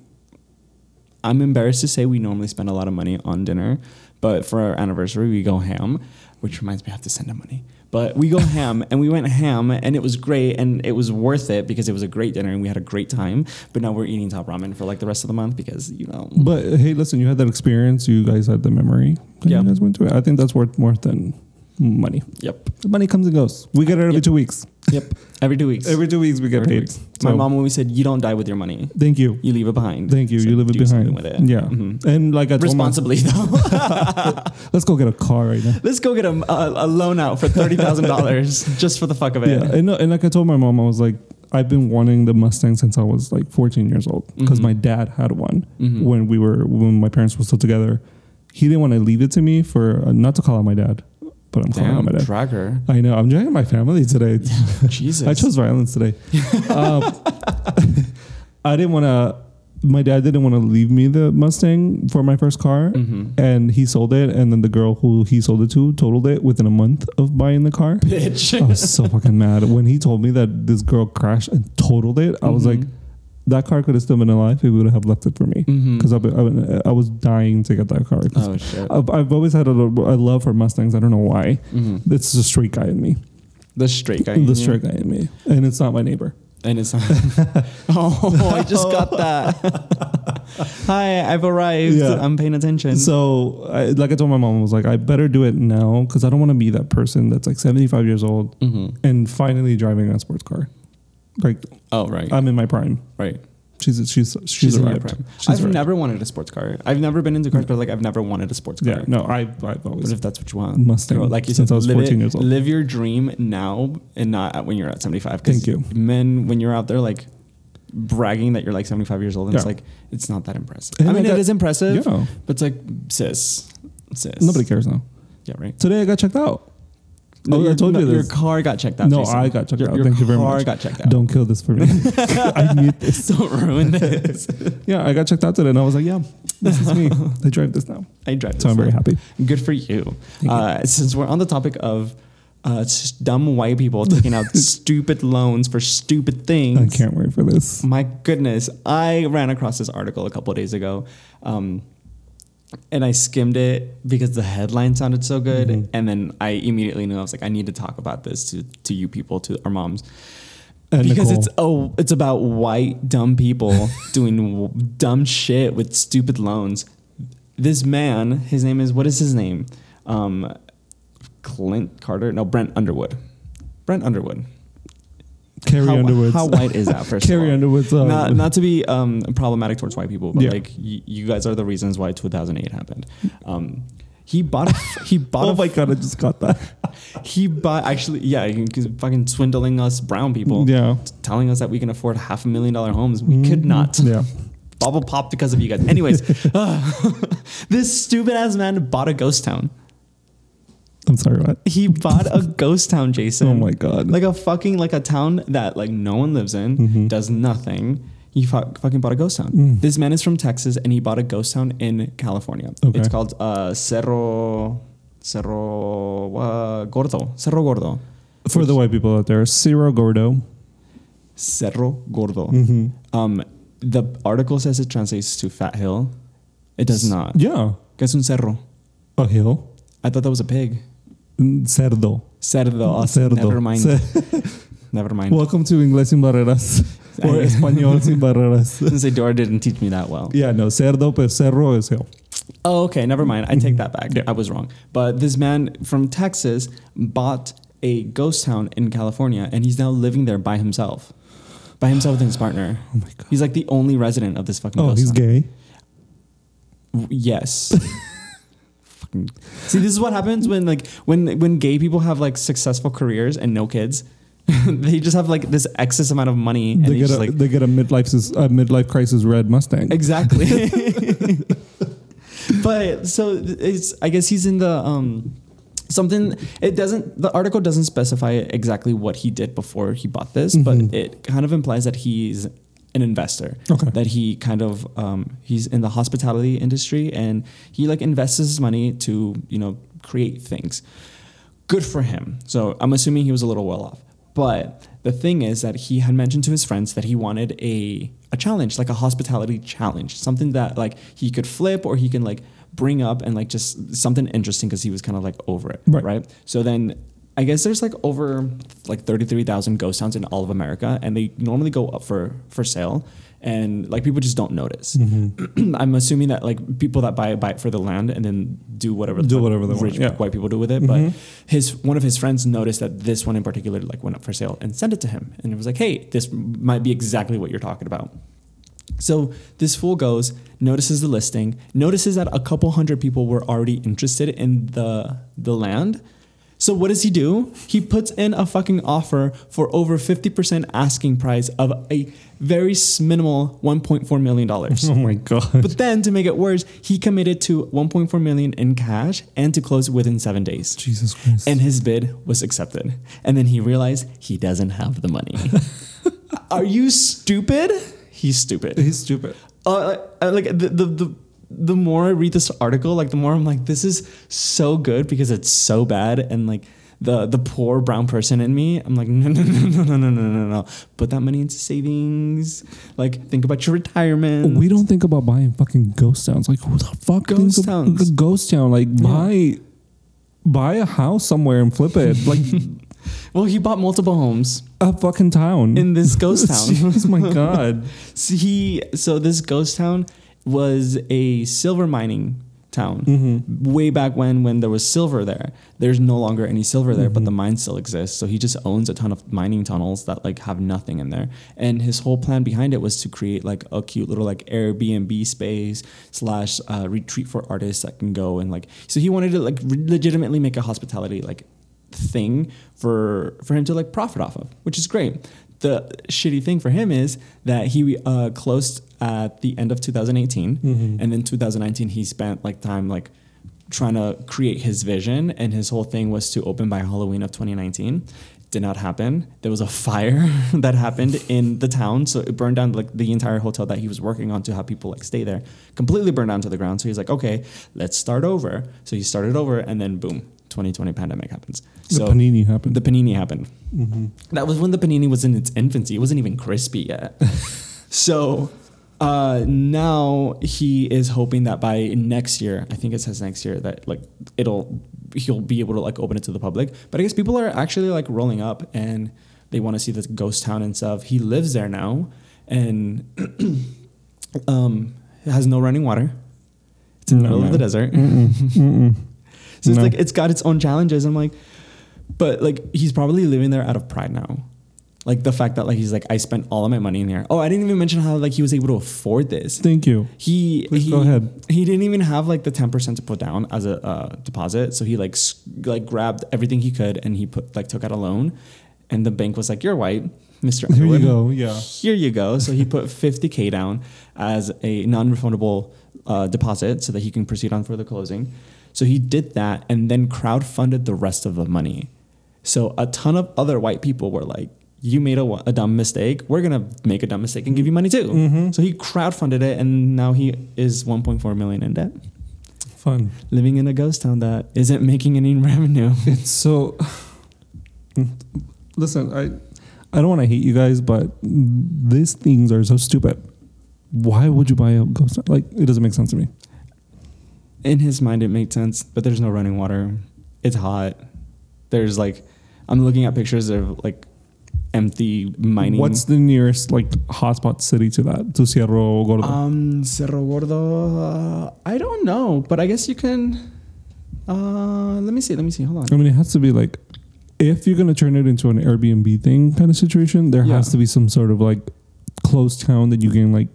Speaker 1: I'm embarrassed to say we normally spend a lot of money on dinner, but for our anniversary we go ham, which reminds me I have to send them money. But
Speaker 2: [laughs]
Speaker 1: we go ham, and we went ham, and it was great, and it was worth it because it was a great dinner, and we had a great time. But now we're eating top ramen for like the rest of the month because you know.
Speaker 2: but hey, listen, you had that experience. You guys had the memory. That
Speaker 1: Yeah.
Speaker 2: you guys went to it. I think that's worth more than money.
Speaker 1: Yep.
Speaker 2: Money comes and goes. We get it every
Speaker 1: Yep.
Speaker 2: two weeks.
Speaker 1: Yep. Every two weeks.
Speaker 2: Every two weeks we get
Speaker 1: Every two
Speaker 2: paid.
Speaker 1: weeks. My
Speaker 2: So,
Speaker 1: mom always said, "You don't die with your money."
Speaker 2: Thank you.
Speaker 1: You leave it behind.
Speaker 2: Thank you.
Speaker 1: So
Speaker 2: you live it
Speaker 1: do
Speaker 2: behind.
Speaker 1: something with it.
Speaker 2: Yeah.
Speaker 1: Mhm.
Speaker 2: And like I told my,
Speaker 1: Responsibly, [laughs] though.
Speaker 2: [laughs] let's go get a car right now.
Speaker 1: Let's go get a, a, a loan out for thirty thousand [laughs] dollars just for the fuck of it.
Speaker 2: Yeah. And, no- and like I told my mom, I was like, I've been wanting the Mustang since I was like 14 years old because
Speaker 1: Mhm.
Speaker 2: my dad had one
Speaker 1: Mhm.
Speaker 2: when we were when my parents were still together. He didn't want to leave it to me for uh, not to call out my dad, but I'm calling out
Speaker 1: [laughs] Damn,
Speaker 2: my dad. [laughs]
Speaker 1: dragger.
Speaker 2: I know. I'm dragging my
Speaker 1: [laughs]
Speaker 2: family today.
Speaker 1: Jesus.
Speaker 2: I chose violence today. um, [laughs] I didn't want to. My dad didn't want to leave me the Mustang for my first car, [laughs]
Speaker 1: Mhm.
Speaker 2: and he sold it. And then the girl who he sold it to totaled it within a month of buying the car.
Speaker 1: bitch.
Speaker 2: I was so fucking mad when he told me that this girl crashed and totaled it. I was like,
Speaker 1: Mhm.
Speaker 2: that car could have still been alive if he would have left it for me
Speaker 1: Mhm.
Speaker 2: because I, was dying to get that car. 'Cause
Speaker 1: Oh shit.
Speaker 2: I've, I've always had a, a love for Mustangs. I don't know why.
Speaker 1: Mhm.
Speaker 2: It's the straight guy in me.
Speaker 1: The straight guy. in you.
Speaker 2: [laughs] The straight guy in me, and it's not my neighbor.
Speaker 1: And
Speaker 2: [laughs]
Speaker 1: it's. [laughs] oh, I just got that. Hi, I've arrived.
Speaker 2: Yeah.
Speaker 1: I'm paying attention.
Speaker 2: so, I, like I told my mom, I was like, I better do it now because I don't want to be that person that's like 75 years old
Speaker 1: Mhm.
Speaker 2: and finally driving a sports car. Like
Speaker 1: Oh right,
Speaker 2: I'm in my prime.
Speaker 1: right.
Speaker 2: She's she's she's,
Speaker 1: She's, in your
Speaker 2: arrived.
Speaker 1: prime.
Speaker 2: She's
Speaker 1: I've
Speaker 2: arrived.
Speaker 1: never wanted a sports car. I've never been into cars, but like I've never wanted a sports car.
Speaker 2: Yeah, no, I I've
Speaker 1: But
Speaker 2: always
Speaker 1: if that's what you want,
Speaker 2: Mustang.
Speaker 1: Girl, like you
Speaker 2: since
Speaker 1: said,
Speaker 2: I was
Speaker 1: live,
Speaker 2: 14
Speaker 1: it-
Speaker 2: years old.
Speaker 1: live your dream now and not at- when you're at 75. 'Cause
Speaker 2: Thank you.
Speaker 1: Men, when you're out there like bragging that you're like 75 years old, and it's
Speaker 2: Yeah.
Speaker 1: like, it's not that impressive.
Speaker 2: And
Speaker 1: I mean,
Speaker 2: like
Speaker 1: it
Speaker 2: I-
Speaker 1: is impressive,
Speaker 2: Yeah,
Speaker 1: but it's like, sis, sis.
Speaker 2: nobody cares now.
Speaker 1: Yeah, right.
Speaker 2: Today I got checked out. Oh, I
Speaker 1: your-
Speaker 2: told you
Speaker 1: Your
Speaker 2: this.
Speaker 1: car got checked out.
Speaker 2: No,
Speaker 1: Jason.
Speaker 2: I got checked
Speaker 1: your,
Speaker 2: out.
Speaker 1: Your
Speaker 2: Thank
Speaker 1: car
Speaker 2: you very much.
Speaker 1: got checked out. [laughs]
Speaker 2: Don't kill this for me. [laughs] I need this.
Speaker 1: Don't ruin this.
Speaker 2: Yeah, I got checked out today, and I was like, yeah, this
Speaker 1: [laughs]
Speaker 2: is me. I drive this now,
Speaker 1: I drive.
Speaker 2: so
Speaker 1: this
Speaker 2: I'm very
Speaker 1: now.
Speaker 2: happy.
Speaker 1: Good for you.
Speaker 2: you.
Speaker 1: Uh, since we're on the topic of uh, s- dumb white people taking
Speaker 2: [laughs]
Speaker 1: out stupid loans for stupid
Speaker 2: I
Speaker 1: things,
Speaker 2: can't wait for this.
Speaker 1: my goodness, I ran across this article a couple of days ago. Um, and I skimmed it because the headline sounded so good.
Speaker 2: Mm-hmm.
Speaker 1: And then I immediately knew I was like, I need to talk about this to, to you people, to our moms.
Speaker 2: And
Speaker 1: because
Speaker 2: Uh, Nicole.
Speaker 1: it's oh, it's about white dumb
Speaker 2: [laughs]
Speaker 1: people doing w- dumb shit with stupid loans. This man, his name is what is his name? Um, Clint Carter? No, Brent Underwood. Brent Underwood.
Speaker 2: Carrie
Speaker 1: how,
Speaker 2: Underwood's
Speaker 1: How white is that? First
Speaker 2: [laughs] Carrie
Speaker 1: of all?
Speaker 2: Underwood's uh,
Speaker 1: not not to be um, problematic towards white people, but
Speaker 2: Yeah.
Speaker 1: like y- you guys are the reasons why 2008 happened. Um, he bought a, he bought
Speaker 2: [laughs] Oh
Speaker 1: a,
Speaker 2: my god, I just got that.
Speaker 1: [laughs] he bought actually yeah he's fucking swindling us brown people
Speaker 2: Yeah. Mm-hmm.
Speaker 1: telling us that we can afford half a million dollar homes we could not
Speaker 2: Yeah.
Speaker 1: bubble pop because of you guys anyways [laughs] this stupid ass man bought a ghost town
Speaker 2: I'm sorry, what?
Speaker 1: he bought
Speaker 2: [laughs]
Speaker 1: a ghost town Jason
Speaker 2: Oh my god. Mm-hmm.
Speaker 1: like a fucking like a town that like no one lives in does nothing he fu- fucking bought a ghost town
Speaker 2: Mm.
Speaker 1: this man is from texas and he bought a ghost town in california
Speaker 2: Okay.
Speaker 1: it's called uh cerro cerro uh, gordo cerro gordo
Speaker 2: for the white people out there, Ciro Gordo.
Speaker 1: cerro gordo
Speaker 2: Mm.
Speaker 1: um, the article says it translates to fat hill it does not
Speaker 2: Yeah.
Speaker 1: que es un cerro
Speaker 2: A hill.
Speaker 1: i thought that was a pig
Speaker 2: Mm, Cerdo.
Speaker 1: cerdo oh,
Speaker 2: Mm, Cerdo.
Speaker 1: never mind
Speaker 2: Ce-
Speaker 1: never mind
Speaker 2: Welcome to Inglés sin
Speaker 1: [laughs]
Speaker 2: barreras or
Speaker 1: I-
Speaker 2: Español sin barreras.
Speaker 1: since Adora didn't teach me that well
Speaker 2: Yeah, no, cerdo, but cerro is hill.
Speaker 1: Oh, okay. Never mind. I take that back.
Speaker 2: Mm-hmm. Yeah.
Speaker 1: I was wrong. But this man from Texas bought a ghost town in California, and he's now living there by himself, by himself with his partner.
Speaker 2: Oh my god.
Speaker 1: He's like the only resident of this fucking.
Speaker 2: Oh,
Speaker 1: ghost
Speaker 2: he's
Speaker 1: town.
Speaker 2: gay.
Speaker 1: W-
Speaker 2: [laughs]
Speaker 1: Yes. Fucking- See, this is what happens when like when when gay people have like successful careers and no kids. [laughs] they just have like this excess amount of money, and
Speaker 2: They
Speaker 1: they
Speaker 2: get,
Speaker 1: just
Speaker 2: a,
Speaker 1: like
Speaker 2: they get a midlife sis- a midlife crisis red Mustang.
Speaker 1: Exactly. [laughs] but so it's I guess he's in the um something it doesn't the article doesn't specify exactly what he did before he bought this, but it kind of implies that he's an investor.
Speaker 2: Okay.
Speaker 1: That [laughs] he kind of um he's in the hospitality industry and he like invests his money to, you know, create things. Good for him. So I'm assuming he was a little well off. But the thing is that he had mentioned to his friends that he wanted a a challenge, like a hospitality challenge, something that like he could flip or he can like bring up and like just something interesting because he was kind of like over it,
Speaker 2: Right.
Speaker 1: right? So then I guess there's like over like 33,000 ghost towns in all of America and they normally go up for for sale and like people just don't notice. [clears throat] I'm assuming that like people that buy it buy it for the land and then do whatever
Speaker 2: Do
Speaker 1: fuck
Speaker 2: whatever they want,
Speaker 1: rich
Speaker 2: yeah. Mm-hmm.
Speaker 1: white people do with it, but his one of his friends noticed that this one in particular like went up for sale and sent it to him and it was like, "Hey, this might be exactly what you're talking about." So this fool goes, notices the listing, notices that a couple hundred people were already interested in the the land. So what does he do? He puts in a fucking offer for over 50% asking price of a very s- minimal 1.4 million
Speaker 2: [laughs]
Speaker 1: dollars.
Speaker 2: Oh my god!
Speaker 1: But then to make it worse, he committed to 1.4 million in cash and to close within 7 days.
Speaker 2: Jesus Christ!
Speaker 1: And his bid was accepted. And then he realized he doesn't have the
Speaker 2: [laughs]
Speaker 1: money. Are you stupid? He's stupid
Speaker 2: he's stupid.
Speaker 1: uh, I- I- like the, the the the more I read this article, like the more I'm like, this is so good because it's so bad, and like the the poor brown person in me, I'm like, no no no no no no no no, put that money into savings. Like think about your retirement.
Speaker 2: We don't think about buying fucking ghost towns. Like who the fuck
Speaker 1: Ghost
Speaker 2: thinks of-
Speaker 1: towns.
Speaker 2: the ghost town? Like buy buy a house somewhere and flip it.
Speaker 1: [laughs]
Speaker 2: Like
Speaker 1: well, he bought multiple homes
Speaker 2: a fucking town
Speaker 1: in this
Speaker 2: [laughs]
Speaker 1: ghost town.
Speaker 2: Jeez, my
Speaker 1: [laughs]
Speaker 2: god!
Speaker 1: So he so this ghost town was a silver mining town
Speaker 2: Mm-hmm.
Speaker 1: way back when when there was silver there there's no longer any silver there but the mine still exists so he just owns a ton of mining tunnels that like have nothing in there and his whole plan behind it was to create like a cute little like airbnb space slash uh, retreat for artists that can go and like so he wanted to like re- legitimately make a hospitality like thing for for him to like profit off of, which is great. The shitty thing for him is that he uh, closed at the end of 2018, and then 2019 he spent like time like trying to create his vision, and his whole thing was to open by Halloween of 2019. Did not happen. There was a fire [laughs] that happened in the town, so it burned down like the entire hotel that he was working on to have people like stay there. Completely burned down to the ground. So he's like, okay, let's start over. So he started over, and then boom, 2020 pandemic happens.
Speaker 2: The
Speaker 1: so
Speaker 2: panini happened. Mm-hmm.
Speaker 1: the panini happened. That was when the panini was in its infancy. It wasn't even crispy
Speaker 2: [laughs]
Speaker 1: yet. so uh, now he is hoping that by next year, I think it says next year that like it'll he'll be able to like open it to the public. But I guess people are actually like rolling up and they want to see this ghost town and stuff. He lives there now and [clears throat] um, it has no running water. It's in the
Speaker 2: No,
Speaker 1: middle of the
Speaker 2: man.
Speaker 1: desert.
Speaker 2: Mm-mm.
Speaker 1: [laughs] So it's
Speaker 2: No.
Speaker 1: like it's got its own challenges. I'm like, but like he's probably living there out of pride now. Like the fact that like he's like I spent all of my money in here. Oh, I didn't even mention how like he was able to afford this.
Speaker 2: Thank you.
Speaker 1: He
Speaker 2: Please
Speaker 1: he,
Speaker 2: go ahead.
Speaker 1: he didn't even have like the ten percent to put down as a uh, deposit. So he like s- like grabbed everything he could and he put like took out a loan, and the bank was like, "You're white, Mister."
Speaker 2: Here you go. Yeah.
Speaker 1: Here you go. So he put 50K down as a non refundable uh, deposit so that he can proceed on further closing. So he did that and then crowdfunded the rest of the money. So a ton of other white people were like, you made a, wa- a dumb mistake. We're gonna make a dumb mistake and give you money too. So he crowdfunded it, and now he is 1.4 million in debt,
Speaker 2: Fun.
Speaker 1: living in a ghost town that isn't making any [laughs] revenue.
Speaker 2: It's so. [sighs] Listen, I, I don't want to hate you guys, but these things are so stupid. Why would you buy a ghost? Like, it doesn't make sense to me.
Speaker 1: in his mind it made sense but there's no running water it's hot there's like i'm looking at pictures of like empty mining
Speaker 2: What's the nearest like hotspot city to that? To Cerro Gordo.
Speaker 1: um cerro gordo uh, i don't know but i guess you can uh let me see let me see hold
Speaker 2: I
Speaker 1: on
Speaker 2: mean, it has to be like, if you're gonna turn it into an Airbnb thing kind of situation, there
Speaker 1: Yeah.
Speaker 2: has to be some sort of like closed town that you can like,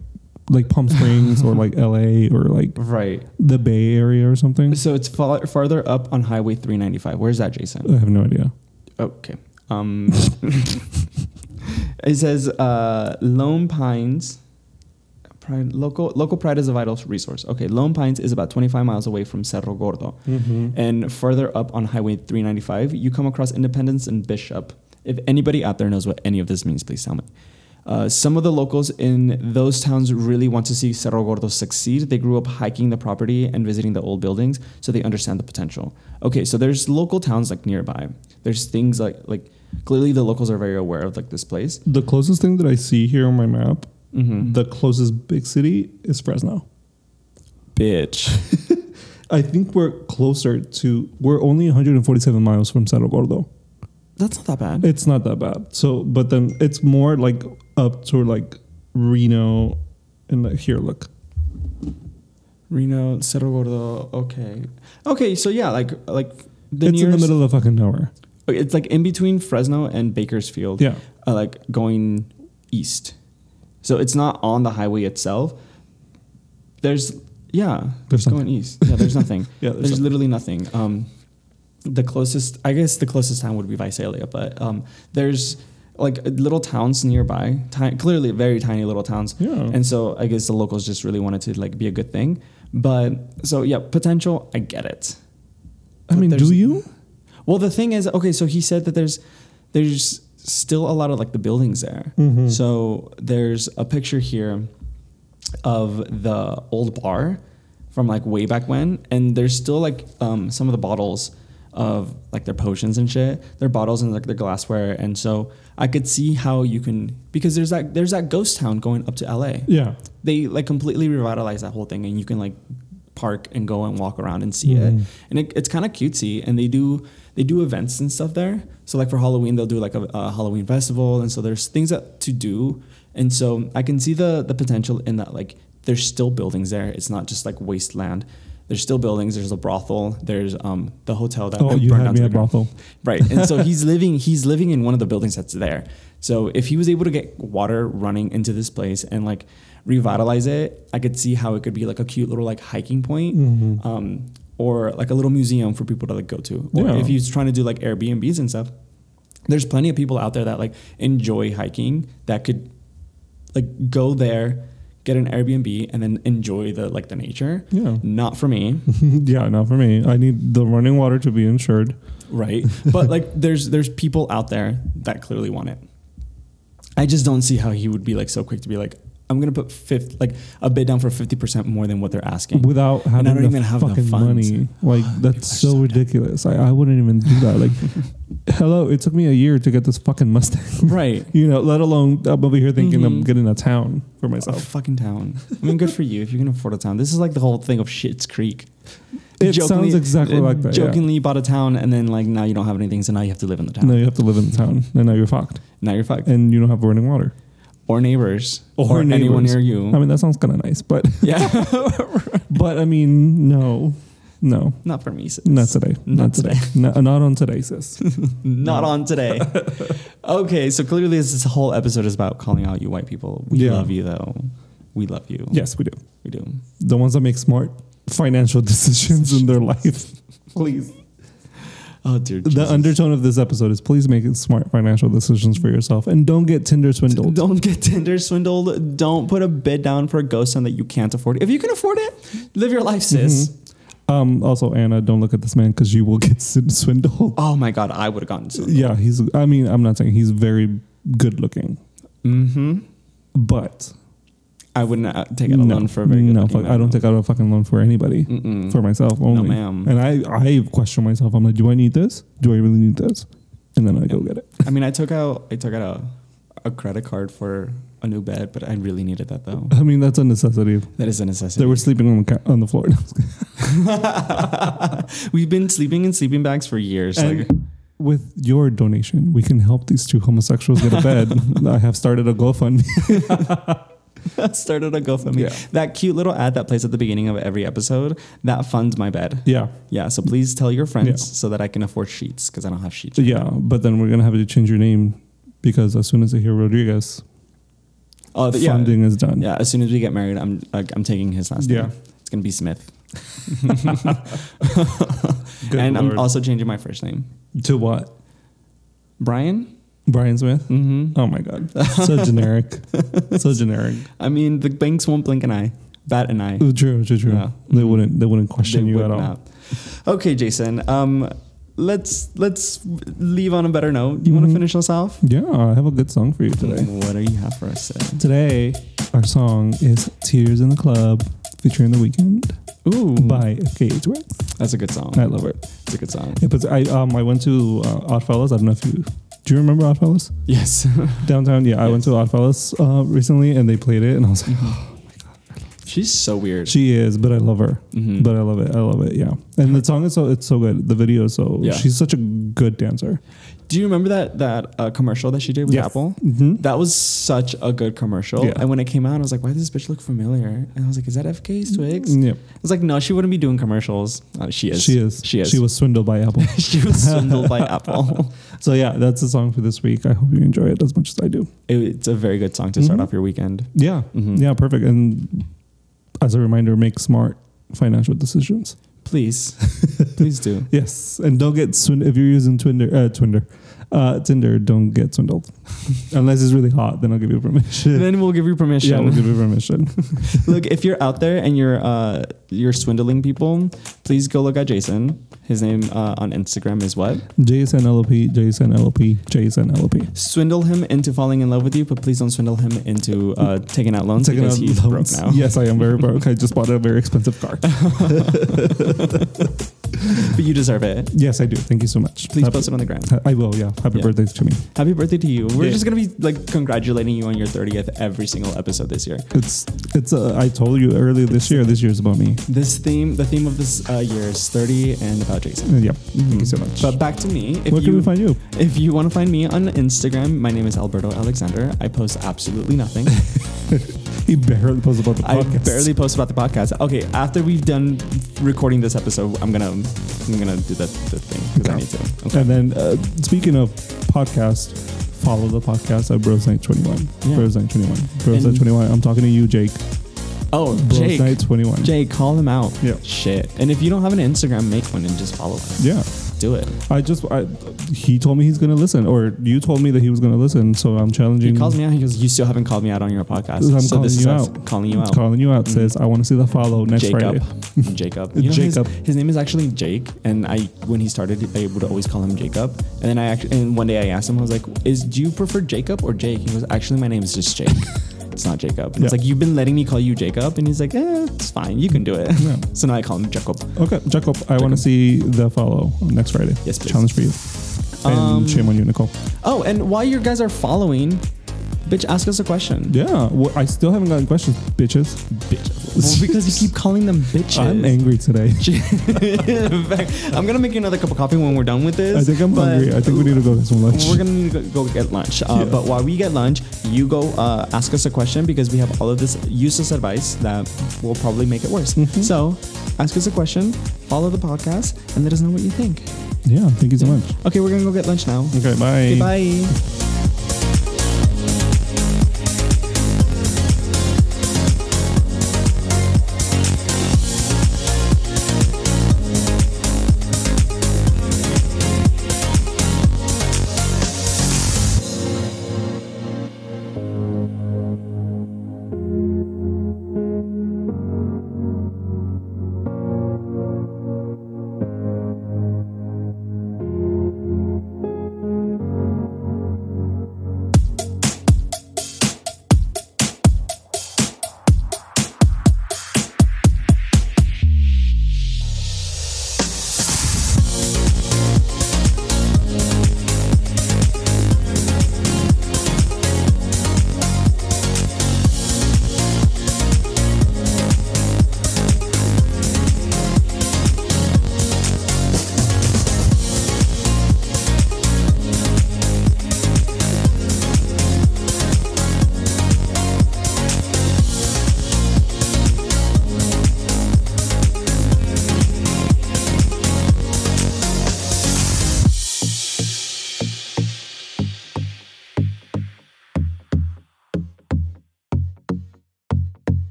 Speaker 2: like Palm Springs or like LA or like
Speaker 1: right
Speaker 2: the Bay Area or something.
Speaker 1: so it's far, farther up on highway 395 where's that jason
Speaker 2: I have no idea.
Speaker 1: okay Um, [laughs] it says uh, Lone Pines. Pride, local local pride is a vital resource. Okay, Lone Pines is about 25 miles away from Cerro Gordo, and further up on Highway 395, you come across Independence and Bishop. If anybody out there knows what any of this means, please tell me. Uh, some of the locals in those towns really want to see Cerro Gordo succeed. They grew up hiking the property and visiting the old buildings, so they understand the potential. Okay, so there's local towns like nearby. There's things like like clearly the locals are very aware of like this place.
Speaker 2: The closest thing that I see here on my map,
Speaker 1: Mhm.
Speaker 2: the closest big city is Fresno.
Speaker 1: Bitch.
Speaker 2: I think we're closer to. We're only 147 miles from Cerro Gordo.
Speaker 1: That's not that bad.
Speaker 2: It's not that bad. So, but then it's more like up to like Reno and like, here. Look,
Speaker 1: Reno, Cerro Gordo. Okay. Okay, so yeah, like like the
Speaker 2: it's in the
Speaker 1: nearest-
Speaker 2: middle of fucking nowhere.
Speaker 1: It's like in between Fresno and Bakersfield.
Speaker 2: Yeah,
Speaker 1: Uh, like going east. So it's not on the highway itself. There's yeah,
Speaker 2: There's
Speaker 1: going east. Yeah, there's nothing.
Speaker 2: yeah.
Speaker 1: there's
Speaker 2: There's a-
Speaker 1: literally nothing. Um, the closest, I guess, the closest town would be Visalia, but um, there's like little towns nearby. Ti- clearly, very tiny little towns.
Speaker 2: yeah.
Speaker 1: And so I guess the locals just really wanted to like be a good thing. But so yeah, potential, I get it.
Speaker 2: I
Speaker 1: but
Speaker 2: mean,
Speaker 1: there's-
Speaker 2: do you?
Speaker 1: Well, the thing is, okay, so he said that there's there's still a lot of like the buildings there.
Speaker 2: Mhm.
Speaker 1: So there's a picture here of the old bar from like way back when, and there's still like um, some of the bottles of like their potions and shit. Their bottles and like their glassware, and so I could see how you can because there's that there's that ghost town going up to LA
Speaker 2: Yeah.
Speaker 1: they like completely revitalize that whole thing and you can like park and go and walk around and see
Speaker 2: Mhm.
Speaker 1: it and it, it's kind of cutesy and they do they do events and stuff there so like for halloween they'll do like a, a halloween festival and so there's things that to do and so i can see the the potential in that like there's still buildings there it's not just like wasteland there's still buildings there's a brothel there's um the hotel that
Speaker 2: Oh,
Speaker 1: that
Speaker 2: you
Speaker 1: burned down
Speaker 2: had
Speaker 1: to
Speaker 2: me
Speaker 1: the
Speaker 2: at
Speaker 1: ground.
Speaker 2: brothel.
Speaker 1: Right. And so he's living he's living in one of the buildings that's there. So if he was able to get water running into this place and like revitalize it, I could see how it could be like a cute little like hiking point.
Speaker 2: Mhm.
Speaker 1: Um or like a little museum for people to like go to. Or
Speaker 2: Yeah.
Speaker 1: if he's trying to do like Airbnbs and stuff, there's plenty of people out there that like enjoy hiking that could like go there, get an Airbnb and then enjoy the like the nature.
Speaker 2: Mm-hmm. Yeah. [laughs]
Speaker 1: Not for me.
Speaker 2: yeah, not for me. I need the running water to be insured.
Speaker 1: right but like
Speaker 2: [laughs]
Speaker 1: there's there's people out there that clearly want it i just don't see how he would be like so quick to be like i'm gonna put fifth like a bid down for 50% more than what they're asking
Speaker 2: without having
Speaker 1: don't
Speaker 2: the
Speaker 1: even have the
Speaker 2: fucking
Speaker 1: funds.
Speaker 2: money.
Speaker 1: [sighs]
Speaker 2: Like
Speaker 1: are
Speaker 2: that's so,
Speaker 1: so dumb.
Speaker 2: ridiculous. I, I wouldn't even do that. Like, [laughs] hello, it took me a year to get this fucking Mustang.
Speaker 1: [laughs]
Speaker 2: [laughs]
Speaker 1: right
Speaker 2: you know, let alone I'm over here thinking I'm
Speaker 1: Mhm.
Speaker 2: getting a town for
Speaker 1: a
Speaker 2: myself.
Speaker 1: fucking town i mean good for you if you can afford a town this is like the whole thing of shits creek
Speaker 2: It
Speaker 1: Jokingly- uh,
Speaker 2: sounds exactly like that. yeah.
Speaker 1: jokingly you bought a town and then like now you don't have anything so now you have to live in the town
Speaker 2: Now you have to live in the town, and now you're fucked,
Speaker 1: now you're fucked
Speaker 2: and you don't have running water.
Speaker 1: or neighbors
Speaker 2: Or
Speaker 1: anyone
Speaker 2: neighbors.
Speaker 1: near you
Speaker 2: [laughs] I mean, that sounds kind of nice, but [laughs]
Speaker 1: yeah [laughs]
Speaker 2: but I mean, no, no,
Speaker 1: not for me sis.
Speaker 2: not today, not,
Speaker 1: Not
Speaker 2: today, No- not on today,
Speaker 1: [laughs]
Speaker 2: sis.
Speaker 1: Not on today.
Speaker 2: [laughs]
Speaker 1: okay, so clearly this, this whole episode is about calling out you white people. We
Speaker 2: Yeah.
Speaker 1: love you though. We love you.
Speaker 2: yes, we do.
Speaker 1: We do.
Speaker 2: The ones that make smart financial [laughs] decisions in their life, please.
Speaker 1: Oh dear.
Speaker 2: The
Speaker 1: Jesus.
Speaker 2: undertone of this episode is please make smart financial decisions for yourself and don't get Tinder swindled.
Speaker 1: Don't get Tinder swindled. Don't put a bid down for a ghost town that you can't afford. If you can afford it, live your life, sis.
Speaker 2: Um, also, Anna, don't look at this man because you will get [laughs] s- swindled.
Speaker 1: Oh my god, I would have gotten swindled.
Speaker 2: Yeah, he's. I mean, I'm not saying he's very good looking,
Speaker 1: Mm-hmm.
Speaker 2: but
Speaker 1: I would not uh, take out a
Speaker 2: no,
Speaker 1: loan for a very good
Speaker 2: no,
Speaker 1: looking
Speaker 2: fuck,
Speaker 1: man,
Speaker 2: I don't
Speaker 1: though.
Speaker 2: take out a fucking loan for anybody.
Speaker 1: Mm-mm.
Speaker 2: For myself only,
Speaker 1: ma'am.
Speaker 2: And I, I question myself. I'm like, do I need this? Do I really need this? And then I go get it.
Speaker 1: I mean I took out I took out a, a credit card for a new bed, but I really needed that though.
Speaker 2: I mean, that's a necessity.
Speaker 1: That is a necessity.
Speaker 2: They were sleeping on the ca- on the floor. [laughs]
Speaker 1: [laughs] We've been sleeping in sleeping bags for years.
Speaker 2: And
Speaker 1: like, [laughs]
Speaker 2: with your donation, we can help these two homosexuals get
Speaker 1: [laughs]
Speaker 2: a bed. I have started a GoFundMe.
Speaker 1: started a GoFundMe.
Speaker 2: Yeah.
Speaker 1: That cute little ad that plays at the beginning of every episode that funds my bed.
Speaker 2: Yeah,
Speaker 1: [laughs] Yeah, so please tell your friends
Speaker 2: Yeah.
Speaker 1: so that I can afford sheets because I don't have sheets.
Speaker 2: yeah. But then we're gonna have to change your name because as soon as I hear Rodriguez,
Speaker 1: Oh, th- yeah,
Speaker 2: funding is done.
Speaker 1: yeah. As soon as we get married, I'm like, I'm taking his last
Speaker 2: Yeah.
Speaker 1: name. It's gonna be
Speaker 2: [laughs]
Speaker 1: Smith, [laughs]
Speaker 2: Good
Speaker 1: and
Speaker 2: Lord.
Speaker 1: I'm also changing my first name
Speaker 2: to what?
Speaker 1: Brian.
Speaker 2: Brian Smith.
Speaker 1: Mm-hmm.
Speaker 2: Oh my god,
Speaker 1: [laughs]
Speaker 2: so generic, so generic.
Speaker 1: I mean, the banks won't blink an eye, bat an eye.
Speaker 2: True, true, true.
Speaker 1: Yeah.
Speaker 2: They wouldn't. They wouldn't question you
Speaker 1: Mm. would
Speaker 2: at all.
Speaker 1: not. Okay, Jason. Um, let's let's leave on a better note. Do you want to
Speaker 2: Mhm.
Speaker 1: finish us off?
Speaker 2: Yeah, I have a good song for you today.
Speaker 1: What do you have for us today?
Speaker 2: Today, our song is "Tears in the Club" featuring The Weeknd
Speaker 1: Ooh,
Speaker 2: by FKH Twigs.
Speaker 1: That's a good song.
Speaker 2: I love it.
Speaker 1: It's a good
Speaker 2: [laughs]
Speaker 1: song.
Speaker 2: It puts, I um I went to uh, Oddfellows. I don't know if you do you remember Oddfellows
Speaker 1: Yes.
Speaker 2: downtown. Yeah, I went
Speaker 1: Yes. Mm-hmm.
Speaker 2: to Oddfellows uh, recently and they played it, and I was like,
Speaker 1: [laughs] She's so weird.
Speaker 2: she is, but I love her.
Speaker 1: Mhm.
Speaker 2: But I love it. I love it. Yeah, and the song is so it's so good. The video is so
Speaker 1: Yeah.
Speaker 2: she's such a good dancer.
Speaker 1: Do you remember that that uh, commercial that she did with
Speaker 2: Yes.
Speaker 1: Apple?
Speaker 2: hmm
Speaker 1: That was such a good commercial.
Speaker 2: Yeah.
Speaker 1: And when it came out, I was like, "Why does this bitch look familiar?" And I was like, "Is that FK's Twigs?"
Speaker 2: Yep.
Speaker 1: I was like, "No, she wouldn't be doing commercials. Uh, she is.
Speaker 2: Mm. She is.
Speaker 1: She is.
Speaker 2: She was swindled by Apple.
Speaker 1: she was [laughs] swindled
Speaker 2: [laughs]
Speaker 1: by Apple."
Speaker 2: so yeah, that's the song for this week. I hope you enjoy it as much as I do.
Speaker 1: It- it's a very good song to start
Speaker 2: Mhm.
Speaker 1: off your weekend.
Speaker 2: Yeah.
Speaker 1: Mhm.
Speaker 2: Yeah. Perfect. And as a reminder, make smart financial decisions.
Speaker 1: [laughs] Please, please do.
Speaker 2: Yes, and don't get swindled if you're using Twinder. Uh, Twinder, uh, Tinder. Don't get swindled [laughs] unless it's really hot. Then I'll give you permission.
Speaker 1: Then we'll give you permission.
Speaker 2: [laughs] yeah, we'll
Speaker 1: [laughs]
Speaker 2: give you permission.
Speaker 1: look, if you're out there and you're uh, you're swindling people, please go look at Jason. His name uh, on Instagram is what?
Speaker 2: Jason LP, Jason LP, Jason LP.
Speaker 1: Swindle him into falling in love with you, but please don't swindle him into uh, taking out loans because he's
Speaker 2: loans.
Speaker 1: broke now.
Speaker 2: Yes, I am very broke. I just bought a very expensive
Speaker 1: [laughs]
Speaker 2: car.
Speaker 1: But you deserve it.
Speaker 2: yes, I do. Thank you so much.
Speaker 1: Please
Speaker 2: Happy-
Speaker 1: post it on the ground.
Speaker 2: I will. Yeah. Happy
Speaker 1: Yeah.
Speaker 2: birthday to me.
Speaker 1: Happy birthday to you. We're
Speaker 2: Yeah.
Speaker 1: just gonna be like congratulating you on your 30th every single episode this year.
Speaker 2: It's it's. Uh, I told you earlier this year. This year's about me.
Speaker 1: This theme, the theme of this uh, year is 30 and about Jason.
Speaker 2: Uh, Yep. Thank you so much.
Speaker 1: Mm-hmm. But back to me. If
Speaker 2: Where
Speaker 1: you,
Speaker 2: can we find you?
Speaker 1: If you want to find me on Instagram, my name is Alberto Alexander. I post absolutely
Speaker 2: [laughs]
Speaker 1: nothing.
Speaker 2: He barely posts about the
Speaker 1: I
Speaker 2: podcast.
Speaker 1: barely post about the podcast. Okay, after we've done recording this episode, I'm gonna I'm gonna do the, the thing because I
Speaker 2: Okay.
Speaker 1: need to. Okay.
Speaker 2: And then, uh, speaking of podcast, follow the podcast at Bros Night Twenty One.
Speaker 1: Yeah.
Speaker 2: Bros Night Twenty One. Bros
Speaker 1: And-
Speaker 2: Night Twenty One. I'm talking to you, Jake.
Speaker 1: Oh,
Speaker 2: Bros
Speaker 1: Jake,
Speaker 2: Night Twenty One.
Speaker 1: Jake, call him out.
Speaker 2: Yeah.
Speaker 1: Shit. And if you don't have an Instagram, make one and just follow us.
Speaker 2: Yeah.
Speaker 1: Do it.
Speaker 2: I just I, he told me he's gonna listen, or you told me that he was gonna listen. So I'm challenging.
Speaker 1: He calls me out. He goes, "You still haven't called me out on your podcast."
Speaker 2: I'm
Speaker 1: so
Speaker 2: calling
Speaker 1: this is
Speaker 2: you
Speaker 1: us
Speaker 2: out.
Speaker 1: calling you out. Mm-hmm.
Speaker 2: calling you out. Says I want to see the follow next Friday.
Speaker 1: Jacob. [laughs] Jacob. You know, his-
Speaker 2: Jacob.
Speaker 1: His, name is actually Jake, and I when he started, I would always call him Jacob. And then I actually, and one day I asked him, I was like, "Is do you prefer Jacob or Jake?" He goes, "Actually, my name is
Speaker 2: [laughs]
Speaker 1: just Jake. it's not Jacob." And It's
Speaker 2: Yeah.
Speaker 1: like you've been letting me call you Jacob, and he's like, "Eh, it's fine. You can do it." [laughs]
Speaker 2: Yeah.
Speaker 1: so now I call him Jacob.
Speaker 2: Okay, Jacob, I want
Speaker 1: Jacob.
Speaker 2: to see the follow on next Friday.
Speaker 1: Yes, please.
Speaker 2: Challenge for you. And
Speaker 1: Um,
Speaker 2: shame on you, Nicole.
Speaker 1: Oh, and while you guys are following, bitch, ask us a question.
Speaker 2: Yeah, well, I still haven't gotten questions, bitches.
Speaker 1: Well, because you keep calling them bitches.
Speaker 2: [laughs] I'm angry today.
Speaker 1: [laughs] In fact, I'm gonna make you another cup of coffee when we're done with this.
Speaker 2: I think I'm
Speaker 1: but-
Speaker 2: hungry. I think we need to go get some lunch.
Speaker 1: We're gonna need to go go get lunch. Uh,
Speaker 2: Yeah.
Speaker 1: But while we get lunch, you go uh, ask us a question because we have all of this useless advice that will probably make it worse.
Speaker 2: Mm-hmm.
Speaker 1: So ask us a question, follow the podcast, and let us know what you think.
Speaker 2: yeah, thank you so much.
Speaker 1: Okay, we're gonna go get lunch now.
Speaker 2: Okay,
Speaker 1: Okay,
Speaker 2: bye.
Speaker 1: bye.